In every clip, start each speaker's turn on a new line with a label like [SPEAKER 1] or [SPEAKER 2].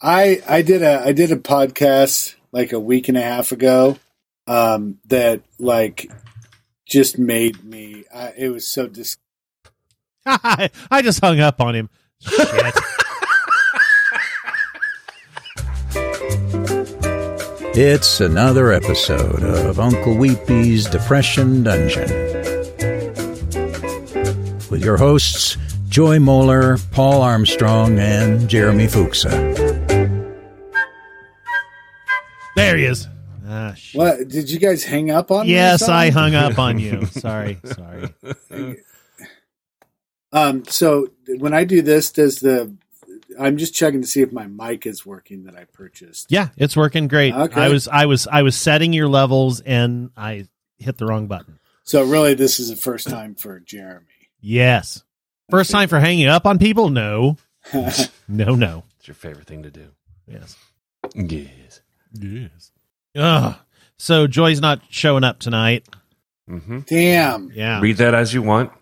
[SPEAKER 1] I I did a I did a podcast like a week and a half ago um, that like just made me. I, it was so dis.
[SPEAKER 2] I just hung up on him. Shit.
[SPEAKER 3] It's another episode of Uncle Weepy's Depression Dungeon. With your hosts, Joy Moeller, Paul Armstrong, and Jeremy Fuchsa.
[SPEAKER 2] There he is. Ah, shit.
[SPEAKER 1] What did you guys hang up on? me or
[SPEAKER 2] Yes, I
[SPEAKER 1] something?
[SPEAKER 2] hung up on you. Sorry, sorry.
[SPEAKER 1] Um, so when I do this, does the I'm just checking to see if my mic is working that I purchased.
[SPEAKER 2] Yeah, it's working great.
[SPEAKER 1] Okay.
[SPEAKER 2] I was, I was, I was setting your levels, and I hit the wrong button.
[SPEAKER 1] So really, this is the first time for Jeremy.
[SPEAKER 2] Yes. First time for hanging up on people? No, no, no.
[SPEAKER 4] It's your favorite thing to do.
[SPEAKER 2] Yes.
[SPEAKER 4] Yes.
[SPEAKER 2] Yes. Ugh. So Joy's not showing up tonight.
[SPEAKER 4] Mm-hmm.
[SPEAKER 1] Damn,
[SPEAKER 2] Yeah.
[SPEAKER 4] Read that as you want.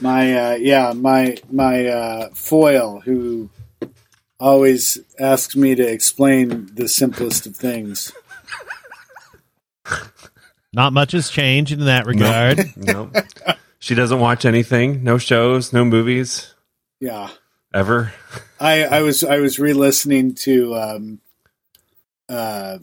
[SPEAKER 1] my uh, yeah, my my uh, foil who always asks me to explain the simplest of things.
[SPEAKER 2] Not much has changed in that regard.
[SPEAKER 4] No. she doesn't watch anything. No shows. No movies
[SPEAKER 1] Yeah,
[SPEAKER 4] ever.
[SPEAKER 1] I I was I was re-listening to um uh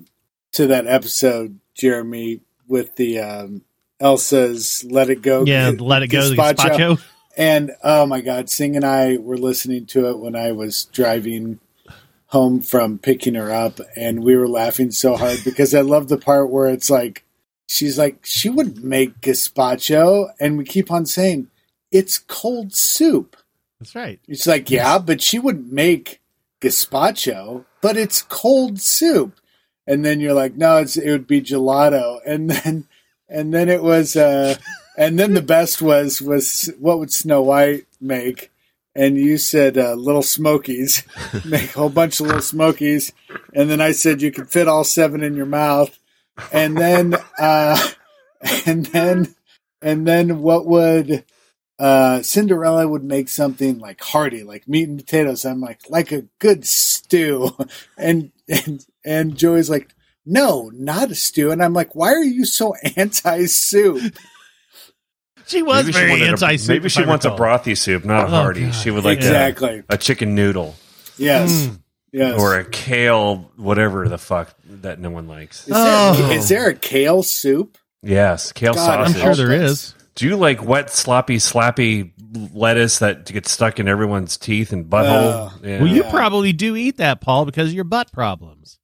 [SPEAKER 1] to that episode, Jeremy, with the um Elsa's "Let It Go."
[SPEAKER 2] Yeah, let it go. The
[SPEAKER 1] gazpacho.
[SPEAKER 2] gazpacho.
[SPEAKER 1] And oh my God, Sing and I were listening to it when I was driving home from picking her up, and we were laughing so hard because I love the part where it's like, she's like, she would make gazpacho, and we keep on saying, it's cold soup.
[SPEAKER 2] That's right.
[SPEAKER 1] It's like, yeah, but she wouldn't make gazpacho, but it's cold soup. And then you're like, no, it's, it would be gelato. And then, and then it was, uh, and then the best was, was what would Snow White make? And you said, uh, little smokies, make a whole bunch of little smokies. And then I said, you could fit all seven in your mouth. And then, uh, and then, and then what would, uh, Cinderella would make something like hearty, like meat and potatoes. I'm like, like a good stew. And, and, and Joey's like, no, not a stew. And I'm like, why are you so anti soup?
[SPEAKER 2] She was
[SPEAKER 4] Maybe she
[SPEAKER 2] very
[SPEAKER 4] wanted a-
[SPEAKER 2] anti soup.
[SPEAKER 4] Maybe she wants a brothy soup, not a hearty.
[SPEAKER 2] Oh, God.
[SPEAKER 4] she would like a-
[SPEAKER 1] exactly.
[SPEAKER 4] a, chicken noodle
[SPEAKER 1] Yes. Yes.
[SPEAKER 4] or a kale, whatever the fuck that no one likes.
[SPEAKER 1] is, there,
[SPEAKER 2] Oh.
[SPEAKER 1] is there a kale soup?
[SPEAKER 4] Yes, kale
[SPEAKER 1] God, I'm
[SPEAKER 2] I'm
[SPEAKER 4] sausage.
[SPEAKER 2] sure there
[SPEAKER 1] Help us.
[SPEAKER 2] is.
[SPEAKER 4] Do you like wet, sloppy, slappy lettuce that gets stuck in everyone's teeth and butthole?
[SPEAKER 1] Oh.
[SPEAKER 4] Yeah.
[SPEAKER 2] Well, you
[SPEAKER 1] Yeah.
[SPEAKER 2] probably do eat that, Paul, because of your butt problems.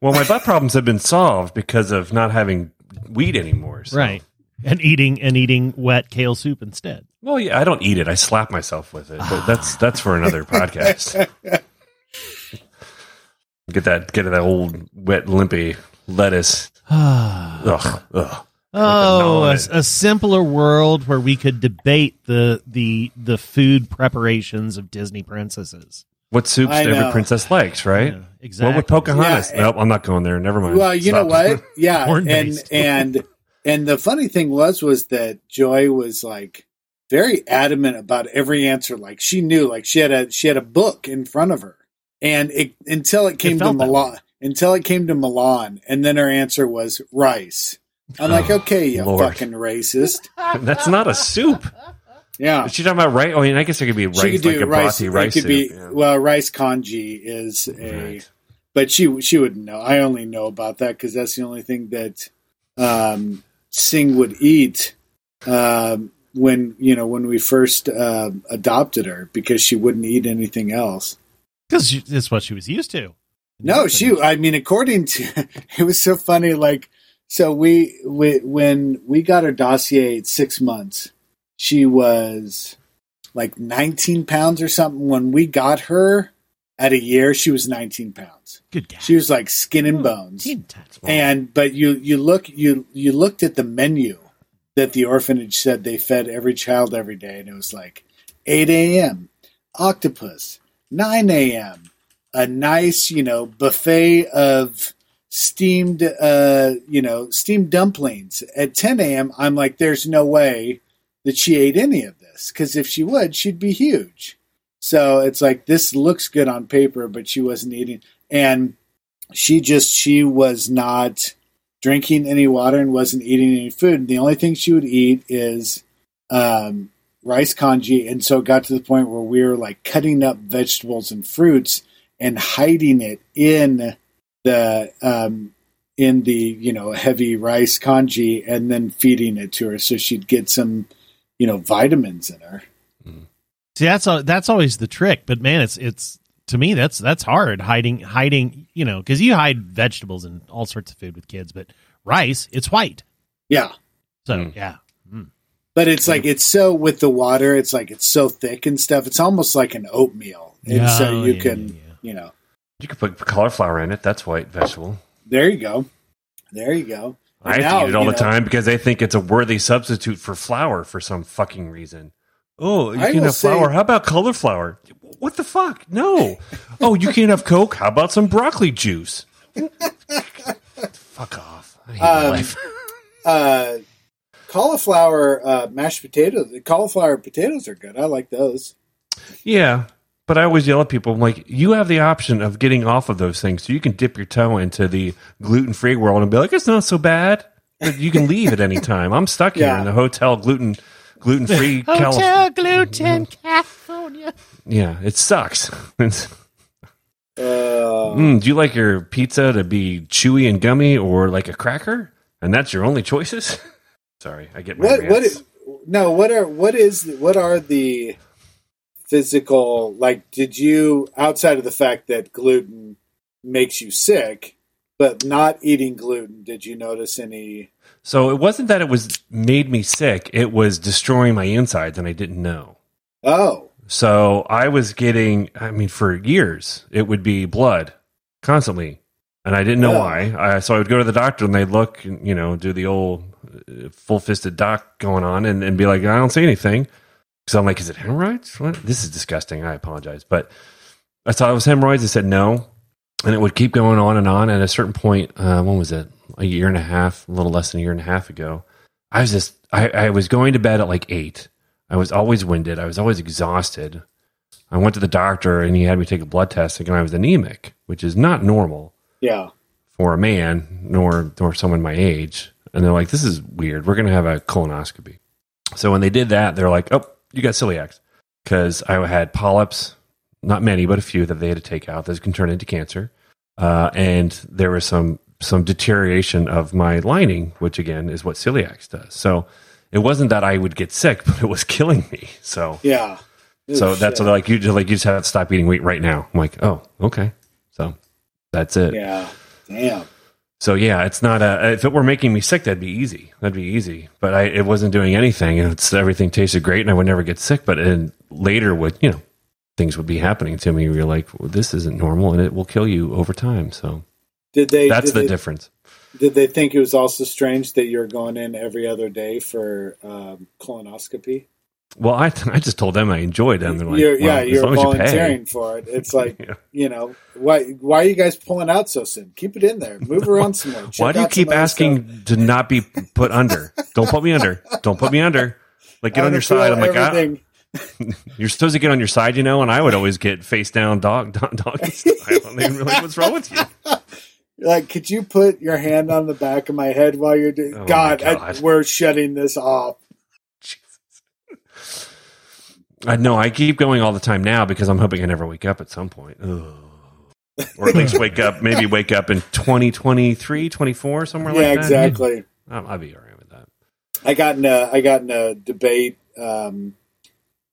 [SPEAKER 4] Well, my butt problems have been solved because of not having weed anymore. so-
[SPEAKER 2] Right. And eating and eating wet kale soup instead.
[SPEAKER 4] Well, yeah, I don't eat it. I slap myself with it. But that's
[SPEAKER 1] Ah.
[SPEAKER 4] that's for another podcast. Get that get that old wet limpy lettuce.
[SPEAKER 2] oh,
[SPEAKER 4] Ugh. ugh.
[SPEAKER 2] a,
[SPEAKER 4] Like a
[SPEAKER 2] a simpler world where we could debate the the the food preparations of Disney princesses.
[SPEAKER 4] What soups
[SPEAKER 1] I know.
[SPEAKER 4] every princess likes, right?
[SPEAKER 2] Yeah, exactly.
[SPEAKER 4] What would Pocahontas?
[SPEAKER 1] Yeah,
[SPEAKER 4] nope, I'm not going there. Never mind.
[SPEAKER 1] Well, you know
[SPEAKER 4] Stop.
[SPEAKER 1] what? Yeah,
[SPEAKER 2] Corn
[SPEAKER 1] and
[SPEAKER 2] based.
[SPEAKER 1] and and the funny thing was was that Joy was like very adamant about every answer. Like she knew, like she had a she had a book in front of her, and it until it came to
[SPEAKER 2] felt that
[SPEAKER 1] Milan, until it came to Milan, and then her answer was rice. I'm like,
[SPEAKER 4] Oh,
[SPEAKER 1] okay, you
[SPEAKER 4] Lord.
[SPEAKER 1] fucking racist.
[SPEAKER 4] That's not a soup.
[SPEAKER 1] Yeah,
[SPEAKER 4] Is she talking about rice? Oh, I mean, I guess it could be rice,
[SPEAKER 1] she could
[SPEAKER 4] like
[SPEAKER 1] do
[SPEAKER 4] a
[SPEAKER 1] rice.
[SPEAKER 4] brothy
[SPEAKER 1] It
[SPEAKER 4] rice
[SPEAKER 1] could
[SPEAKER 4] soup.
[SPEAKER 1] be
[SPEAKER 4] yeah.
[SPEAKER 1] well, rice congee is a.
[SPEAKER 4] Right.
[SPEAKER 1] but she she wouldn't know. I only know about that because that's the only thing that um, Singh would eat um, when you know when we first um adopted her because she wouldn't eat anything else.
[SPEAKER 2] Because it's what she was used to.
[SPEAKER 1] No, she. I mean, according to it was so funny. Like, so we, we when we got her dossier at six months, she was like 19 pounds or something. When we got her at a year, she was 19 pounds.
[SPEAKER 2] Good guy.
[SPEAKER 1] She was like skin
[SPEAKER 2] Hmm.
[SPEAKER 1] and bones.
[SPEAKER 2] Teen Titans.
[SPEAKER 1] And but you you look you you looked at the menu that the orphanage said they fed every child every day, and it was like 8 a.m. octopus, 9 a.m. a nice you know buffet of steamed uh you know steamed dumplings at 10 a.m. I'm like, there's no way that she ate any of this because if she would, she'd be huge. So it's like this looks good on paper, but she wasn't eating, and she just she was not drinking any water and wasn't eating any food. The only thing she would eat is um, rice congee, and so it got to the point where we were like cutting up vegetables and fruits and hiding it in the um, in the you know heavy rice congee, and then feeding it to her so she'd get some you know vitamins in her.
[SPEAKER 2] See, that's al- that's always the trick. But man, it's it's to me that's that's hard hiding hiding. You know, because you hide vegetables and all sorts of food with kids, but rice it's white.
[SPEAKER 1] Yeah.
[SPEAKER 2] So
[SPEAKER 4] Mm.
[SPEAKER 2] yeah,
[SPEAKER 1] But it's like it's so with the water, it's like it's so thick and stuff. It's almost like an oatmeal, and
[SPEAKER 2] Yeah,
[SPEAKER 1] so you
[SPEAKER 2] yeah,
[SPEAKER 1] can,
[SPEAKER 2] yeah, yeah.
[SPEAKER 1] you know,
[SPEAKER 4] You could put cauliflower in it. That's white vegetable.
[SPEAKER 1] there you go, there you go. And
[SPEAKER 4] I have to eat it all
[SPEAKER 1] you
[SPEAKER 4] the
[SPEAKER 1] know,
[SPEAKER 4] time because I think it's a worthy substitute for flour for some fucking reason. Oh, you
[SPEAKER 1] I
[SPEAKER 4] can
[SPEAKER 1] will
[SPEAKER 4] have flour.
[SPEAKER 1] say-
[SPEAKER 4] How about colored flour? What the fuck? No. oh, you can't have Coke. How about some broccoli juice? fuck off. I hate my
[SPEAKER 1] Um,
[SPEAKER 4] life.
[SPEAKER 1] Uh, cauliflower uh, mashed potatoes, cauliflower potatoes are good. I like those.
[SPEAKER 4] Yeah. But I always yell at people, I'm like, you have the option of getting off of those things. So you can dip your toe into the gluten free world and be like, it's not so bad. But you can leave at any time. I'm stuck here
[SPEAKER 1] Yeah.
[SPEAKER 4] in the hotel gluten gluten free California.
[SPEAKER 2] hotel gluten California.
[SPEAKER 4] Yeah, it sucks. It's-
[SPEAKER 1] Uh,
[SPEAKER 4] Mm, do you like your pizza to be chewy and gummy or like a cracker? And that's your only choices? Sorry, I get my
[SPEAKER 1] what? What?
[SPEAKER 4] rants.
[SPEAKER 1] Is, no. What are? What is? What are the physical? Like, did you outside of the fact that gluten makes you sick, but not eating gluten, did you notice any?
[SPEAKER 4] So it wasn't that it was made me sick, it was destroying my insides and I didn't know.
[SPEAKER 1] Oh,
[SPEAKER 4] So I was getting, I mean, for years, it would be blood constantly. And I didn't know
[SPEAKER 1] Oh.
[SPEAKER 4] why. I, so I would go to the doctor and they'd look, and, you know, do the old full fisted doc going on and, and be like, I don't see anything. So I'm like, is it hemorrhoids? What? This is disgusting. I apologize. But I thought it was hemorrhoids. They said no. And it would keep going on and on. At a certain point, uh, when was it? A year and a half, a little less than a year and a half ago. I was just, I, I was going to bed at like eight. I was always winded. I was always exhausted. I went to the doctor and he had me take a blood test thinking I was anemic, which is not normal
[SPEAKER 1] yeah.
[SPEAKER 4] for a man nor nor someone my age. And they're like, "This is weird. We're going to have a colonoscopy." So when they did that, they're like, "Oh, you got celiacs," because I had polyps, not many, but a few that they had to take out. Those can turn into cancer, uh, and there was some some deterioration of my lining, which again is what celiacs does. So it wasn't that I would get sick, but it was killing me. So
[SPEAKER 1] Yeah.
[SPEAKER 4] so
[SPEAKER 1] Ooh, shit.
[SPEAKER 4] that's what they're like you just like you just have to stop eating wheat right now. I'm like, oh, okay. So that's it.
[SPEAKER 1] Yeah. Damn.
[SPEAKER 4] So yeah, it's not a. If it were making me sick, that'd be easy. That'd be easy. But I, it wasn't doing anything, and it's, everything tasted great, and I would never get sick. But and later would you know things would be happening to me. Where you're like, well, this isn't normal, and it will kill you over time. So
[SPEAKER 1] Did they?
[SPEAKER 4] that's
[SPEAKER 1] did
[SPEAKER 4] the
[SPEAKER 1] they,
[SPEAKER 4] difference.
[SPEAKER 1] Did they think it was also strange that you're going in every other day for um, colonoscopy?
[SPEAKER 4] Well, I I just told them I enjoyed it, and they're like,
[SPEAKER 1] you're,
[SPEAKER 4] well,
[SPEAKER 1] yeah,
[SPEAKER 4] as
[SPEAKER 1] you're
[SPEAKER 4] long as you pay.
[SPEAKER 1] volunteering for it. It's like
[SPEAKER 4] Yeah.
[SPEAKER 1] you know why? Why are you guys pulling out so soon? Keep it in there. Move around some more.
[SPEAKER 4] Why
[SPEAKER 1] Check
[SPEAKER 4] do you
[SPEAKER 1] out some
[SPEAKER 4] keep
[SPEAKER 1] other
[SPEAKER 4] asking
[SPEAKER 1] stuff.
[SPEAKER 4] to not be put under? Don't put me under. Don't put me under. Like get
[SPEAKER 1] I
[SPEAKER 4] on
[SPEAKER 1] wanna
[SPEAKER 4] your
[SPEAKER 1] feel
[SPEAKER 4] side. I'm like, ah. I,
[SPEAKER 1] everything.
[SPEAKER 4] you're supposed to get on your side, you know. And I would always get face down, dog, dog, dog style. And they'd be like, what's wrong with you?
[SPEAKER 1] like, could you put your hand on the back of my head while you're doing?
[SPEAKER 4] Oh, my
[SPEAKER 1] God,
[SPEAKER 4] God.
[SPEAKER 1] I, we're shutting this off.
[SPEAKER 4] I know. I keep going all the time now because I'm hoping I never wake up at some point. Ugh. Or at least wake up, maybe wake up in 2023, 24, somewhere
[SPEAKER 1] yeah,
[SPEAKER 4] like that.
[SPEAKER 1] exactly.
[SPEAKER 4] I'll, I'll be all right with that.
[SPEAKER 1] I got in a I got in a debate um,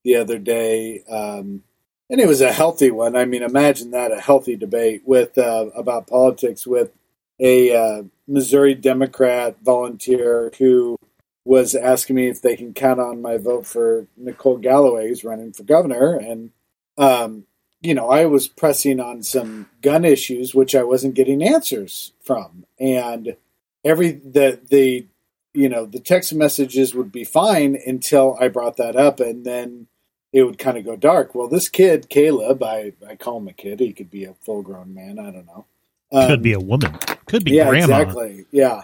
[SPEAKER 1] the other day, um, and it was a healthy one. I mean, imagine that a healthy debate with uh, about politics with a uh, Missouri Democrat volunteer who was asking me if they can count on my vote for Nicole Galloway, who's running for governor, and um, you know, I was pressing on some gun issues, which I wasn't getting answers from, and every the the you know the text messages would be fine until I brought that up, and then it would kind of go dark. Well, this kid Caleb, I I call him a kid. He could be a full grown man. I don't know. Um,
[SPEAKER 2] Could be a woman. Could be
[SPEAKER 1] yeah,
[SPEAKER 2] grandma.
[SPEAKER 1] exactly. Yeah,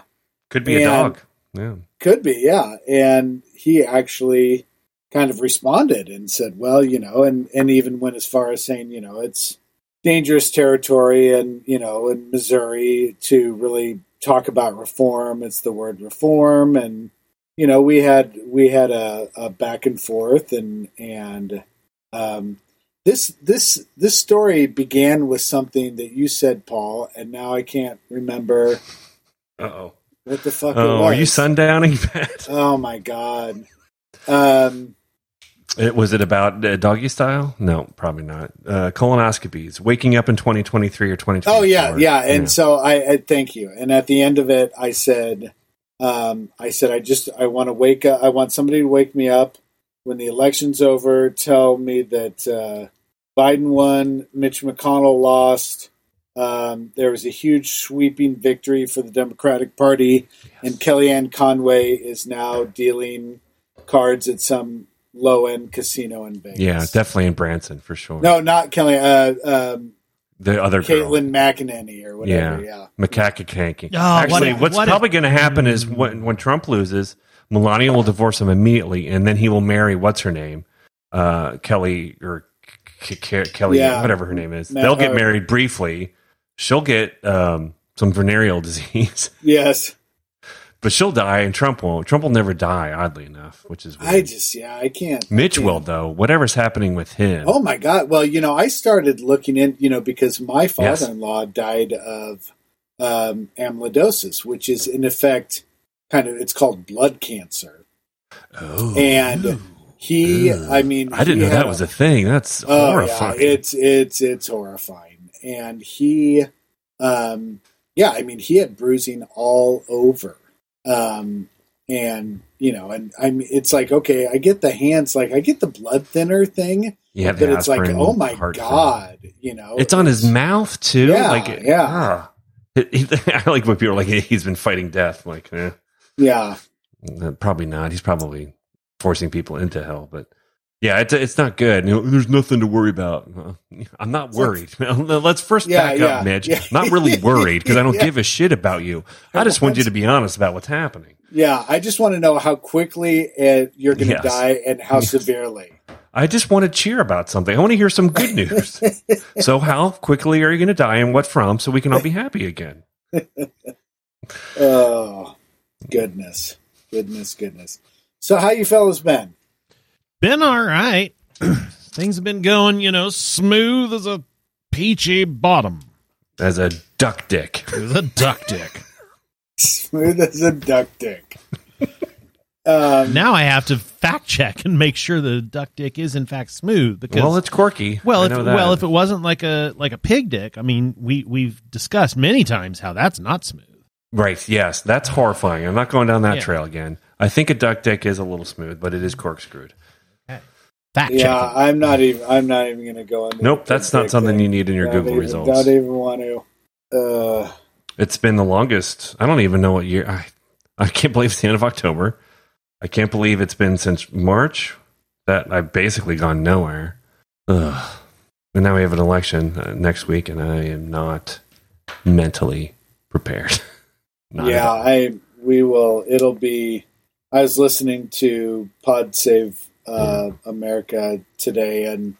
[SPEAKER 4] Could be a
[SPEAKER 1] And-
[SPEAKER 4] dog. Yeah.
[SPEAKER 1] could be. Yeah, and he actually kind of responded and said, well, you know, and, and even went as far as saying, you know, it's dangerous territory and, you know, in Missouri to really talk about reform. It's the word reform. And, you know, we had, we had a, a back and forth and, and, um, this this this story began with something that you said, Paul, and now I can't remember
[SPEAKER 4] Uh oh.
[SPEAKER 1] what the fuck it
[SPEAKER 4] Oh,
[SPEAKER 1] was.
[SPEAKER 4] are you sundowning, Pat?
[SPEAKER 1] Oh my god. Um,
[SPEAKER 4] It, was it about uh, doggy style? No, probably not. Uh, colonoscopies, waking up in 2023 or 2024.
[SPEAKER 1] oh yeah, yeah. And
[SPEAKER 4] Yeah.
[SPEAKER 1] so I, I thank you. And at the end of it, I said, um, I said, I just I want to wake up. I want somebody to wake me up when the election's over. Tell me that uh, Biden won, Mitch McConnell lost. Um, there was a huge sweeping victory for the Democratic Party, and Kellyanne Conway is now dealing cards at some low end casino in Vegas.
[SPEAKER 4] Yeah, definitely in Branson for sure.
[SPEAKER 1] No, not Kelly. Uh, um,
[SPEAKER 4] the other
[SPEAKER 1] Caitlin McEnany or
[SPEAKER 4] Yeah.
[SPEAKER 1] whatever. Yeah.
[SPEAKER 4] Macacakanky.
[SPEAKER 2] Oh,
[SPEAKER 4] Actually,
[SPEAKER 2] what a-
[SPEAKER 4] what's
[SPEAKER 2] what a-
[SPEAKER 4] probably going to happen is when, when Trump loses, Melania will divorce him immediately, and then he will marry what's her name, uh, Kelly or K- K- Kelly,
[SPEAKER 1] Yeah.
[SPEAKER 4] whatever her name is.
[SPEAKER 1] Ma-
[SPEAKER 4] They'll get
[SPEAKER 1] uh,
[SPEAKER 4] married briefly. She'll get um, some venereal disease,
[SPEAKER 1] Yes.
[SPEAKER 4] but she'll die, and Trump won't. Trump will never die, oddly enough, which is weird.
[SPEAKER 1] I just, yeah, I can't. I
[SPEAKER 4] Mitch
[SPEAKER 1] can't.
[SPEAKER 4] will though. Whatever's happening with him.
[SPEAKER 1] Oh my God. Well, you know, I started looking in, you know, because my
[SPEAKER 4] Yes.
[SPEAKER 1] father in law died of um, amyloidosis, which is in effect kind of, it's called blood cancer.
[SPEAKER 4] Oh.
[SPEAKER 1] And he,
[SPEAKER 4] Ooh.
[SPEAKER 1] I mean,
[SPEAKER 4] I didn't
[SPEAKER 1] he
[SPEAKER 4] know
[SPEAKER 1] had
[SPEAKER 4] that was a thing. That's horrifying.
[SPEAKER 1] Oh, Yeah, it's it's it's horrifying. And he um yeah, I mean he had bruising all over. Um and you know, and I'm it's like, okay, I get the hands like I get the blood thinner thing,
[SPEAKER 4] yeah,
[SPEAKER 1] but it's like,
[SPEAKER 4] aspirin,
[SPEAKER 1] oh my
[SPEAKER 4] heart failure.
[SPEAKER 1] god, you know.
[SPEAKER 4] It's on his mouth too.
[SPEAKER 1] Yeah,
[SPEAKER 4] like
[SPEAKER 1] yeah.
[SPEAKER 4] ah. It- it- I like when people are like, "Hey, he's been fighting death. I'm like, eh,
[SPEAKER 1] Yeah.
[SPEAKER 4] no, probably not. He's probably forcing people into hell. But yeah, it's it's not good. You know, There's nothing to worry about. Well, I'm not worried. Let's first
[SPEAKER 1] Yeah,
[SPEAKER 4] back
[SPEAKER 1] yeah,
[SPEAKER 4] up, Mitch.
[SPEAKER 1] yeah.
[SPEAKER 4] Not really worried because I don't
[SPEAKER 1] Yeah.
[SPEAKER 4] give a shit about you. I just want you to be honest about what's happening.
[SPEAKER 1] Yeah, I just want to know how quickly uh, you're going to
[SPEAKER 4] Yes.
[SPEAKER 1] die and how severely.
[SPEAKER 4] I just want to cheer about something. I want to hear some good news. so, how quickly are you going to die, and what from, so we can all be happy again?
[SPEAKER 1] Oh, goodness, goodness, goodness. So, how you fellas been?
[SPEAKER 2] Been all right. Things have been going, you know, smooth as a peachy bottom.
[SPEAKER 4] As a duck dick.
[SPEAKER 2] It was a duck dick.
[SPEAKER 1] Smooth as a duck dick. Um,
[SPEAKER 2] now I have to fact check and make sure the duck dick is in fact smooth because
[SPEAKER 4] Well, it's quirky.
[SPEAKER 2] Well,
[SPEAKER 4] I
[SPEAKER 2] if,
[SPEAKER 4] know that.
[SPEAKER 2] well, if it wasn't like a like a pig dick, I mean, we we've discussed many times how that's not smooth.
[SPEAKER 4] right, yes, that's horrifying. I'm not going down that
[SPEAKER 2] Yeah.
[SPEAKER 4] trail again. I think a duck dick is a little smooth, but it is corkscrewed.
[SPEAKER 2] Fact
[SPEAKER 1] yeah,
[SPEAKER 2] checking.
[SPEAKER 1] I'm not even. I'm not even going to go on.
[SPEAKER 4] Nope, that's not something you need in your Google
[SPEAKER 1] even,
[SPEAKER 4] results.
[SPEAKER 1] Don't even want to. Uh,
[SPEAKER 4] It's been the longest. I don't even know what year. I, I can't believe it's the end of October. I can't believe it's been since March that I've basically gone nowhere. Ugh. And now we have an election uh, next week, and I am not mentally prepared. Not at
[SPEAKER 1] yeah,
[SPEAKER 4] all.
[SPEAKER 1] I. We will. It'll be. I was listening to Pod Save uh,
[SPEAKER 4] Hmm.
[SPEAKER 1] America today, and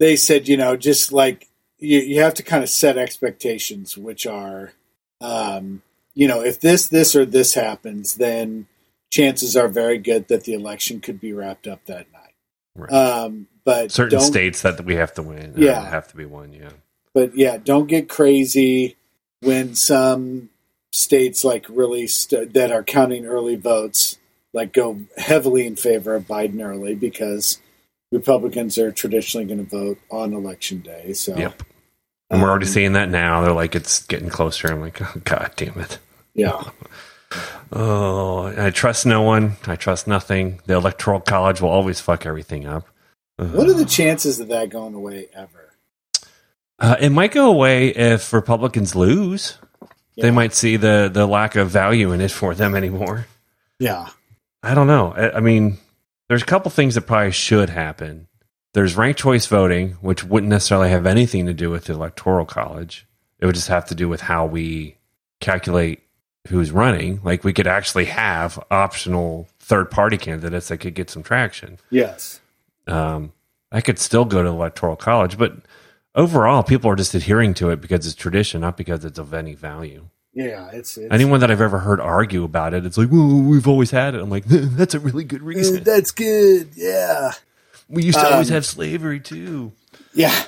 [SPEAKER 1] they said, you know, just like you, you have to kind of set expectations, which are, um, you know, if this, this, or this happens, then chances are very good that the election could be wrapped up that night.
[SPEAKER 4] Right.
[SPEAKER 1] Um, but
[SPEAKER 4] certain
[SPEAKER 1] don't-
[SPEAKER 4] states that we have to win. uh,
[SPEAKER 1] Yeah.
[SPEAKER 4] have to be won. Yeah,
[SPEAKER 1] but yeah, don't get crazy when some states like really st- that are counting early votes like go heavily in favor of Biden early because Republicans are traditionally going to vote on election day. So
[SPEAKER 4] yep. And we're already
[SPEAKER 1] um,
[SPEAKER 4] seeing that now. They're like, it's getting closer. I'm like, oh, god damn it.
[SPEAKER 1] yeah,
[SPEAKER 4] Oh, I trust no one. I trust nothing. The electoral college will always fuck everything up. Ugh.
[SPEAKER 1] what are the chances of that going away ever?
[SPEAKER 4] Uh, it might go away if Republicans lose.
[SPEAKER 1] Yeah.
[SPEAKER 4] They might see the the lack of value in it for them anymore.
[SPEAKER 1] Yeah,
[SPEAKER 4] I don't know. I, I mean, there's a couple things that probably should happen. There's ranked choice voting, which wouldn't necessarily have anything to do with the electoral college. It would just have to do with how we calculate who's running, like we could actually have optional third party candidates that could get some traction.
[SPEAKER 1] Yes.
[SPEAKER 4] Um, I could still go to electoral college, but overall, people are just adhering to it because it's tradition, not because it's of any value.
[SPEAKER 1] Yeah. It's, it's
[SPEAKER 4] Anyone that I've ever heard argue about it, it's like, well, we've always had it. I'm like, that's a really good
[SPEAKER 1] Eh,
[SPEAKER 4] reason.
[SPEAKER 1] That's good. Yeah.
[SPEAKER 4] We used to always
[SPEAKER 1] Um,
[SPEAKER 4] have slavery too.
[SPEAKER 1] Yeah.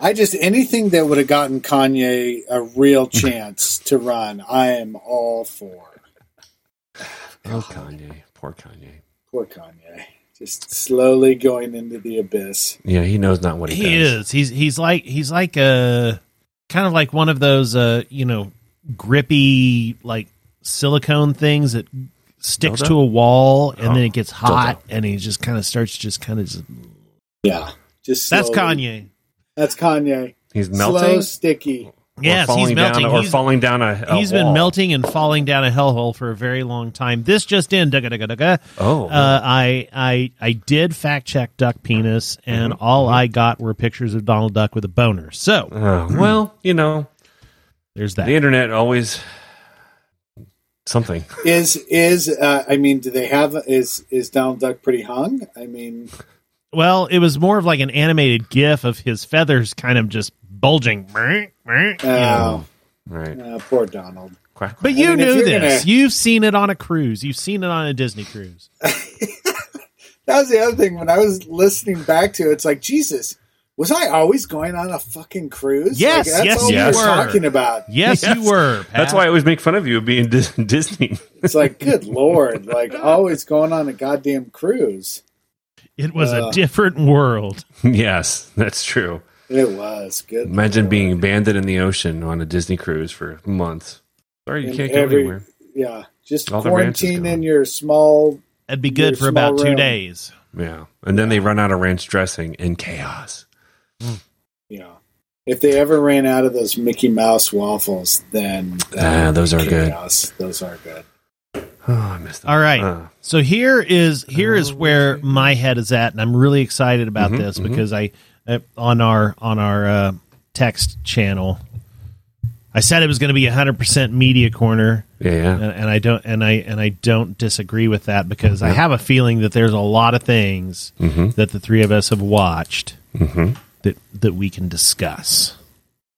[SPEAKER 1] I just anything that would have gotten Kanye a real chance to run, I am all for.
[SPEAKER 4] Oh, Kanye, poor Kanye.
[SPEAKER 1] Poor Kanye. Just slowly going into the abyss.
[SPEAKER 4] Yeah, he knows not what he,
[SPEAKER 2] He
[SPEAKER 4] does.
[SPEAKER 2] is. He's he's like he's like a kind of like one of those uh you know grippy like silicone things that sticks
[SPEAKER 4] Dildo?
[SPEAKER 2] to a wall and
[SPEAKER 4] Oh,
[SPEAKER 2] then it gets hot and he just kind of starts just kind of just,
[SPEAKER 1] Yeah. Just
[SPEAKER 2] that's
[SPEAKER 1] slowly.
[SPEAKER 2] Kanye.
[SPEAKER 1] That's Kanye.
[SPEAKER 4] He's
[SPEAKER 1] Slow,
[SPEAKER 4] melting.
[SPEAKER 1] sticky.
[SPEAKER 4] or
[SPEAKER 2] Yes,
[SPEAKER 4] falling
[SPEAKER 2] he's melting.
[SPEAKER 4] down, or
[SPEAKER 2] he's
[SPEAKER 4] falling down a. a
[SPEAKER 2] he's been
[SPEAKER 4] wall.
[SPEAKER 2] melting and falling down a hellhole for a very long time. This just in, dugga dugga dugga.
[SPEAKER 4] Oh,
[SPEAKER 2] Uh, I I I did fact check Duck Penis, and
[SPEAKER 4] Mm-hmm.
[SPEAKER 2] all I got were pictures of Donald Duck with a boner. So
[SPEAKER 4] Oh, well, you know,
[SPEAKER 2] there's that.
[SPEAKER 4] the internet always something.
[SPEAKER 1] Is is uh, I mean, do they have is is Donald Duck pretty hung? I mean,
[SPEAKER 2] Well, it was more of like an animated GIF of his feathers kind of just bulging. But
[SPEAKER 1] oh,
[SPEAKER 4] Right.
[SPEAKER 1] uh, poor Donald.
[SPEAKER 4] Quack, quack.
[SPEAKER 2] you
[SPEAKER 1] mean, if
[SPEAKER 2] knew
[SPEAKER 1] you're
[SPEAKER 2] this.
[SPEAKER 1] gonna-
[SPEAKER 2] You've seen it on a cruise. You've seen it on a Disney cruise.
[SPEAKER 1] That was the other thing when I was listening back to it, it's like Jesus, was I always going on a fucking cruise?
[SPEAKER 2] Yes,
[SPEAKER 1] like, that's
[SPEAKER 2] yes,
[SPEAKER 1] all
[SPEAKER 4] you
[SPEAKER 1] we were
[SPEAKER 4] were.
[SPEAKER 1] talking about.
[SPEAKER 2] Yes, you were.
[SPEAKER 4] That's
[SPEAKER 2] Pat.
[SPEAKER 4] why I always make fun of you being Dis- Disney.
[SPEAKER 1] It's like, good lord, like always going on a goddamn cruise.
[SPEAKER 2] it was a
[SPEAKER 1] Uh.
[SPEAKER 2] different world.
[SPEAKER 4] yes, that's true.
[SPEAKER 1] It was good.
[SPEAKER 4] Imagine
[SPEAKER 1] lord.
[SPEAKER 4] being abandoned in the ocean on a Disney cruise for months. Sorry, you
[SPEAKER 1] And
[SPEAKER 4] can't
[SPEAKER 1] every-
[SPEAKER 4] go anywhere.
[SPEAKER 1] yeah, just
[SPEAKER 4] All the ranch is
[SPEAKER 1] quarantine in
[SPEAKER 4] gone.
[SPEAKER 1] your small.
[SPEAKER 2] That'd be
[SPEAKER 1] Your
[SPEAKER 2] good for about
[SPEAKER 1] small
[SPEAKER 2] two
[SPEAKER 1] room.
[SPEAKER 2] days.
[SPEAKER 4] Yeah. And then they run out of ranch dressing in chaos.
[SPEAKER 1] Yeah, if they ever ran out of those Mickey Mouse waffles, then
[SPEAKER 4] Ah, those are good.
[SPEAKER 1] good. Those are good.
[SPEAKER 4] Oh, I missed that.
[SPEAKER 2] All right.
[SPEAKER 4] Uh,
[SPEAKER 2] So here is here is where my head is at, and I'm really excited about this because I uh, on our on our uh, text channel, I said it was going to be 100 percent media corner,
[SPEAKER 4] yeah, yeah.
[SPEAKER 2] and, and I don't and I and I don't disagree with that because I have a feeling that there's a lot of things that the three of us have watched that that we can discuss.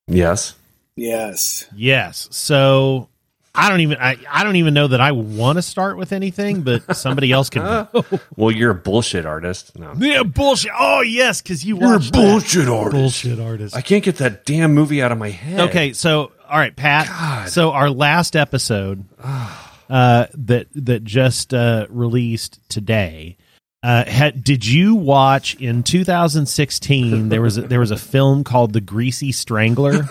[SPEAKER 4] Yes.
[SPEAKER 1] Yes.
[SPEAKER 2] Yes. So I don't even I, I don't even know that I want to start with anything, but somebody else can.
[SPEAKER 4] Well, you're a bullshit artist. No.
[SPEAKER 2] Yeah, bullshit. Oh yes, because you
[SPEAKER 4] You're a
[SPEAKER 2] watched that.
[SPEAKER 4] bullshit artist.
[SPEAKER 2] Bullshit artist.
[SPEAKER 4] I can't get that damn movie out of my head.
[SPEAKER 2] Okay, so all right, Pat.
[SPEAKER 4] God.
[SPEAKER 2] So our last episode uh, that that just uh, released today. Uh, had, did you watch in 2016? There was a, there was a film called The Greasy Strangler.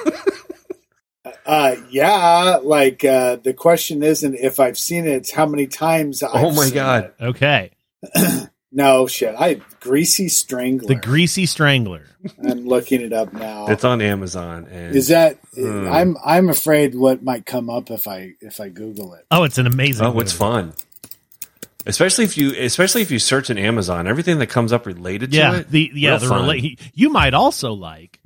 [SPEAKER 1] Uh, yeah. Like uh, the question isn't if I've seen it; it's how many times. I've
[SPEAKER 4] Oh my
[SPEAKER 1] seen
[SPEAKER 4] God.
[SPEAKER 1] it.
[SPEAKER 2] Okay,
[SPEAKER 1] No shit. I greasy strangler.
[SPEAKER 2] The Greasy Strangler.
[SPEAKER 1] I'm looking it up now.
[SPEAKER 4] It's on Amazon. And
[SPEAKER 1] Is that
[SPEAKER 4] Hmm.
[SPEAKER 1] I'm I'm afraid what might come up if I if I Google it.
[SPEAKER 2] Oh, it's an amazing.
[SPEAKER 4] Oh, it's
[SPEAKER 2] movie.
[SPEAKER 4] fun. Especially if you, especially if you search in Amazon, everything that comes up related to
[SPEAKER 2] Yeah,
[SPEAKER 4] it.
[SPEAKER 2] the yeah
[SPEAKER 4] real
[SPEAKER 2] the
[SPEAKER 4] fun.
[SPEAKER 2] rela- you might also like.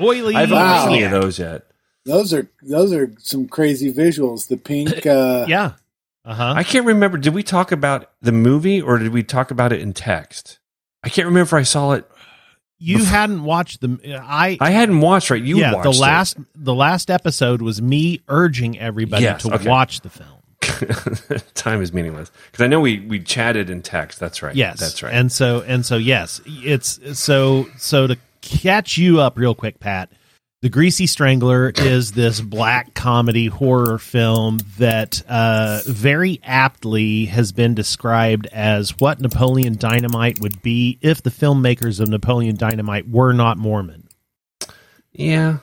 [SPEAKER 2] Oily.
[SPEAKER 4] I haven't
[SPEAKER 1] Wow.
[SPEAKER 4] watched any of those yet.
[SPEAKER 1] Those are those are some crazy visuals. The pink uh
[SPEAKER 2] Yeah. Uh huh.
[SPEAKER 4] I can't remember. Did we talk about the movie or did we talk about it in text? I can't remember. if I saw it.
[SPEAKER 2] you hadn't watched the I,
[SPEAKER 4] I hadn't watched. Right, you
[SPEAKER 2] yeah
[SPEAKER 4] watched
[SPEAKER 2] the
[SPEAKER 4] it.
[SPEAKER 2] last the last episode was me urging everybody
[SPEAKER 4] Yes,
[SPEAKER 2] to
[SPEAKER 4] okay.
[SPEAKER 2] watch the film.
[SPEAKER 4] Time is meaningless because I know we we chatted in text. That's right.
[SPEAKER 2] Yes,
[SPEAKER 4] that's right.
[SPEAKER 2] And so and so yes, it's so so to catch you up real quick, Pat. The Greasy Strangler is this black comedy horror film that uh, very aptly has been described as what Napoleon Dynamite would be if the filmmakers of Napoleon Dynamite were not Mormon.
[SPEAKER 4] yeah,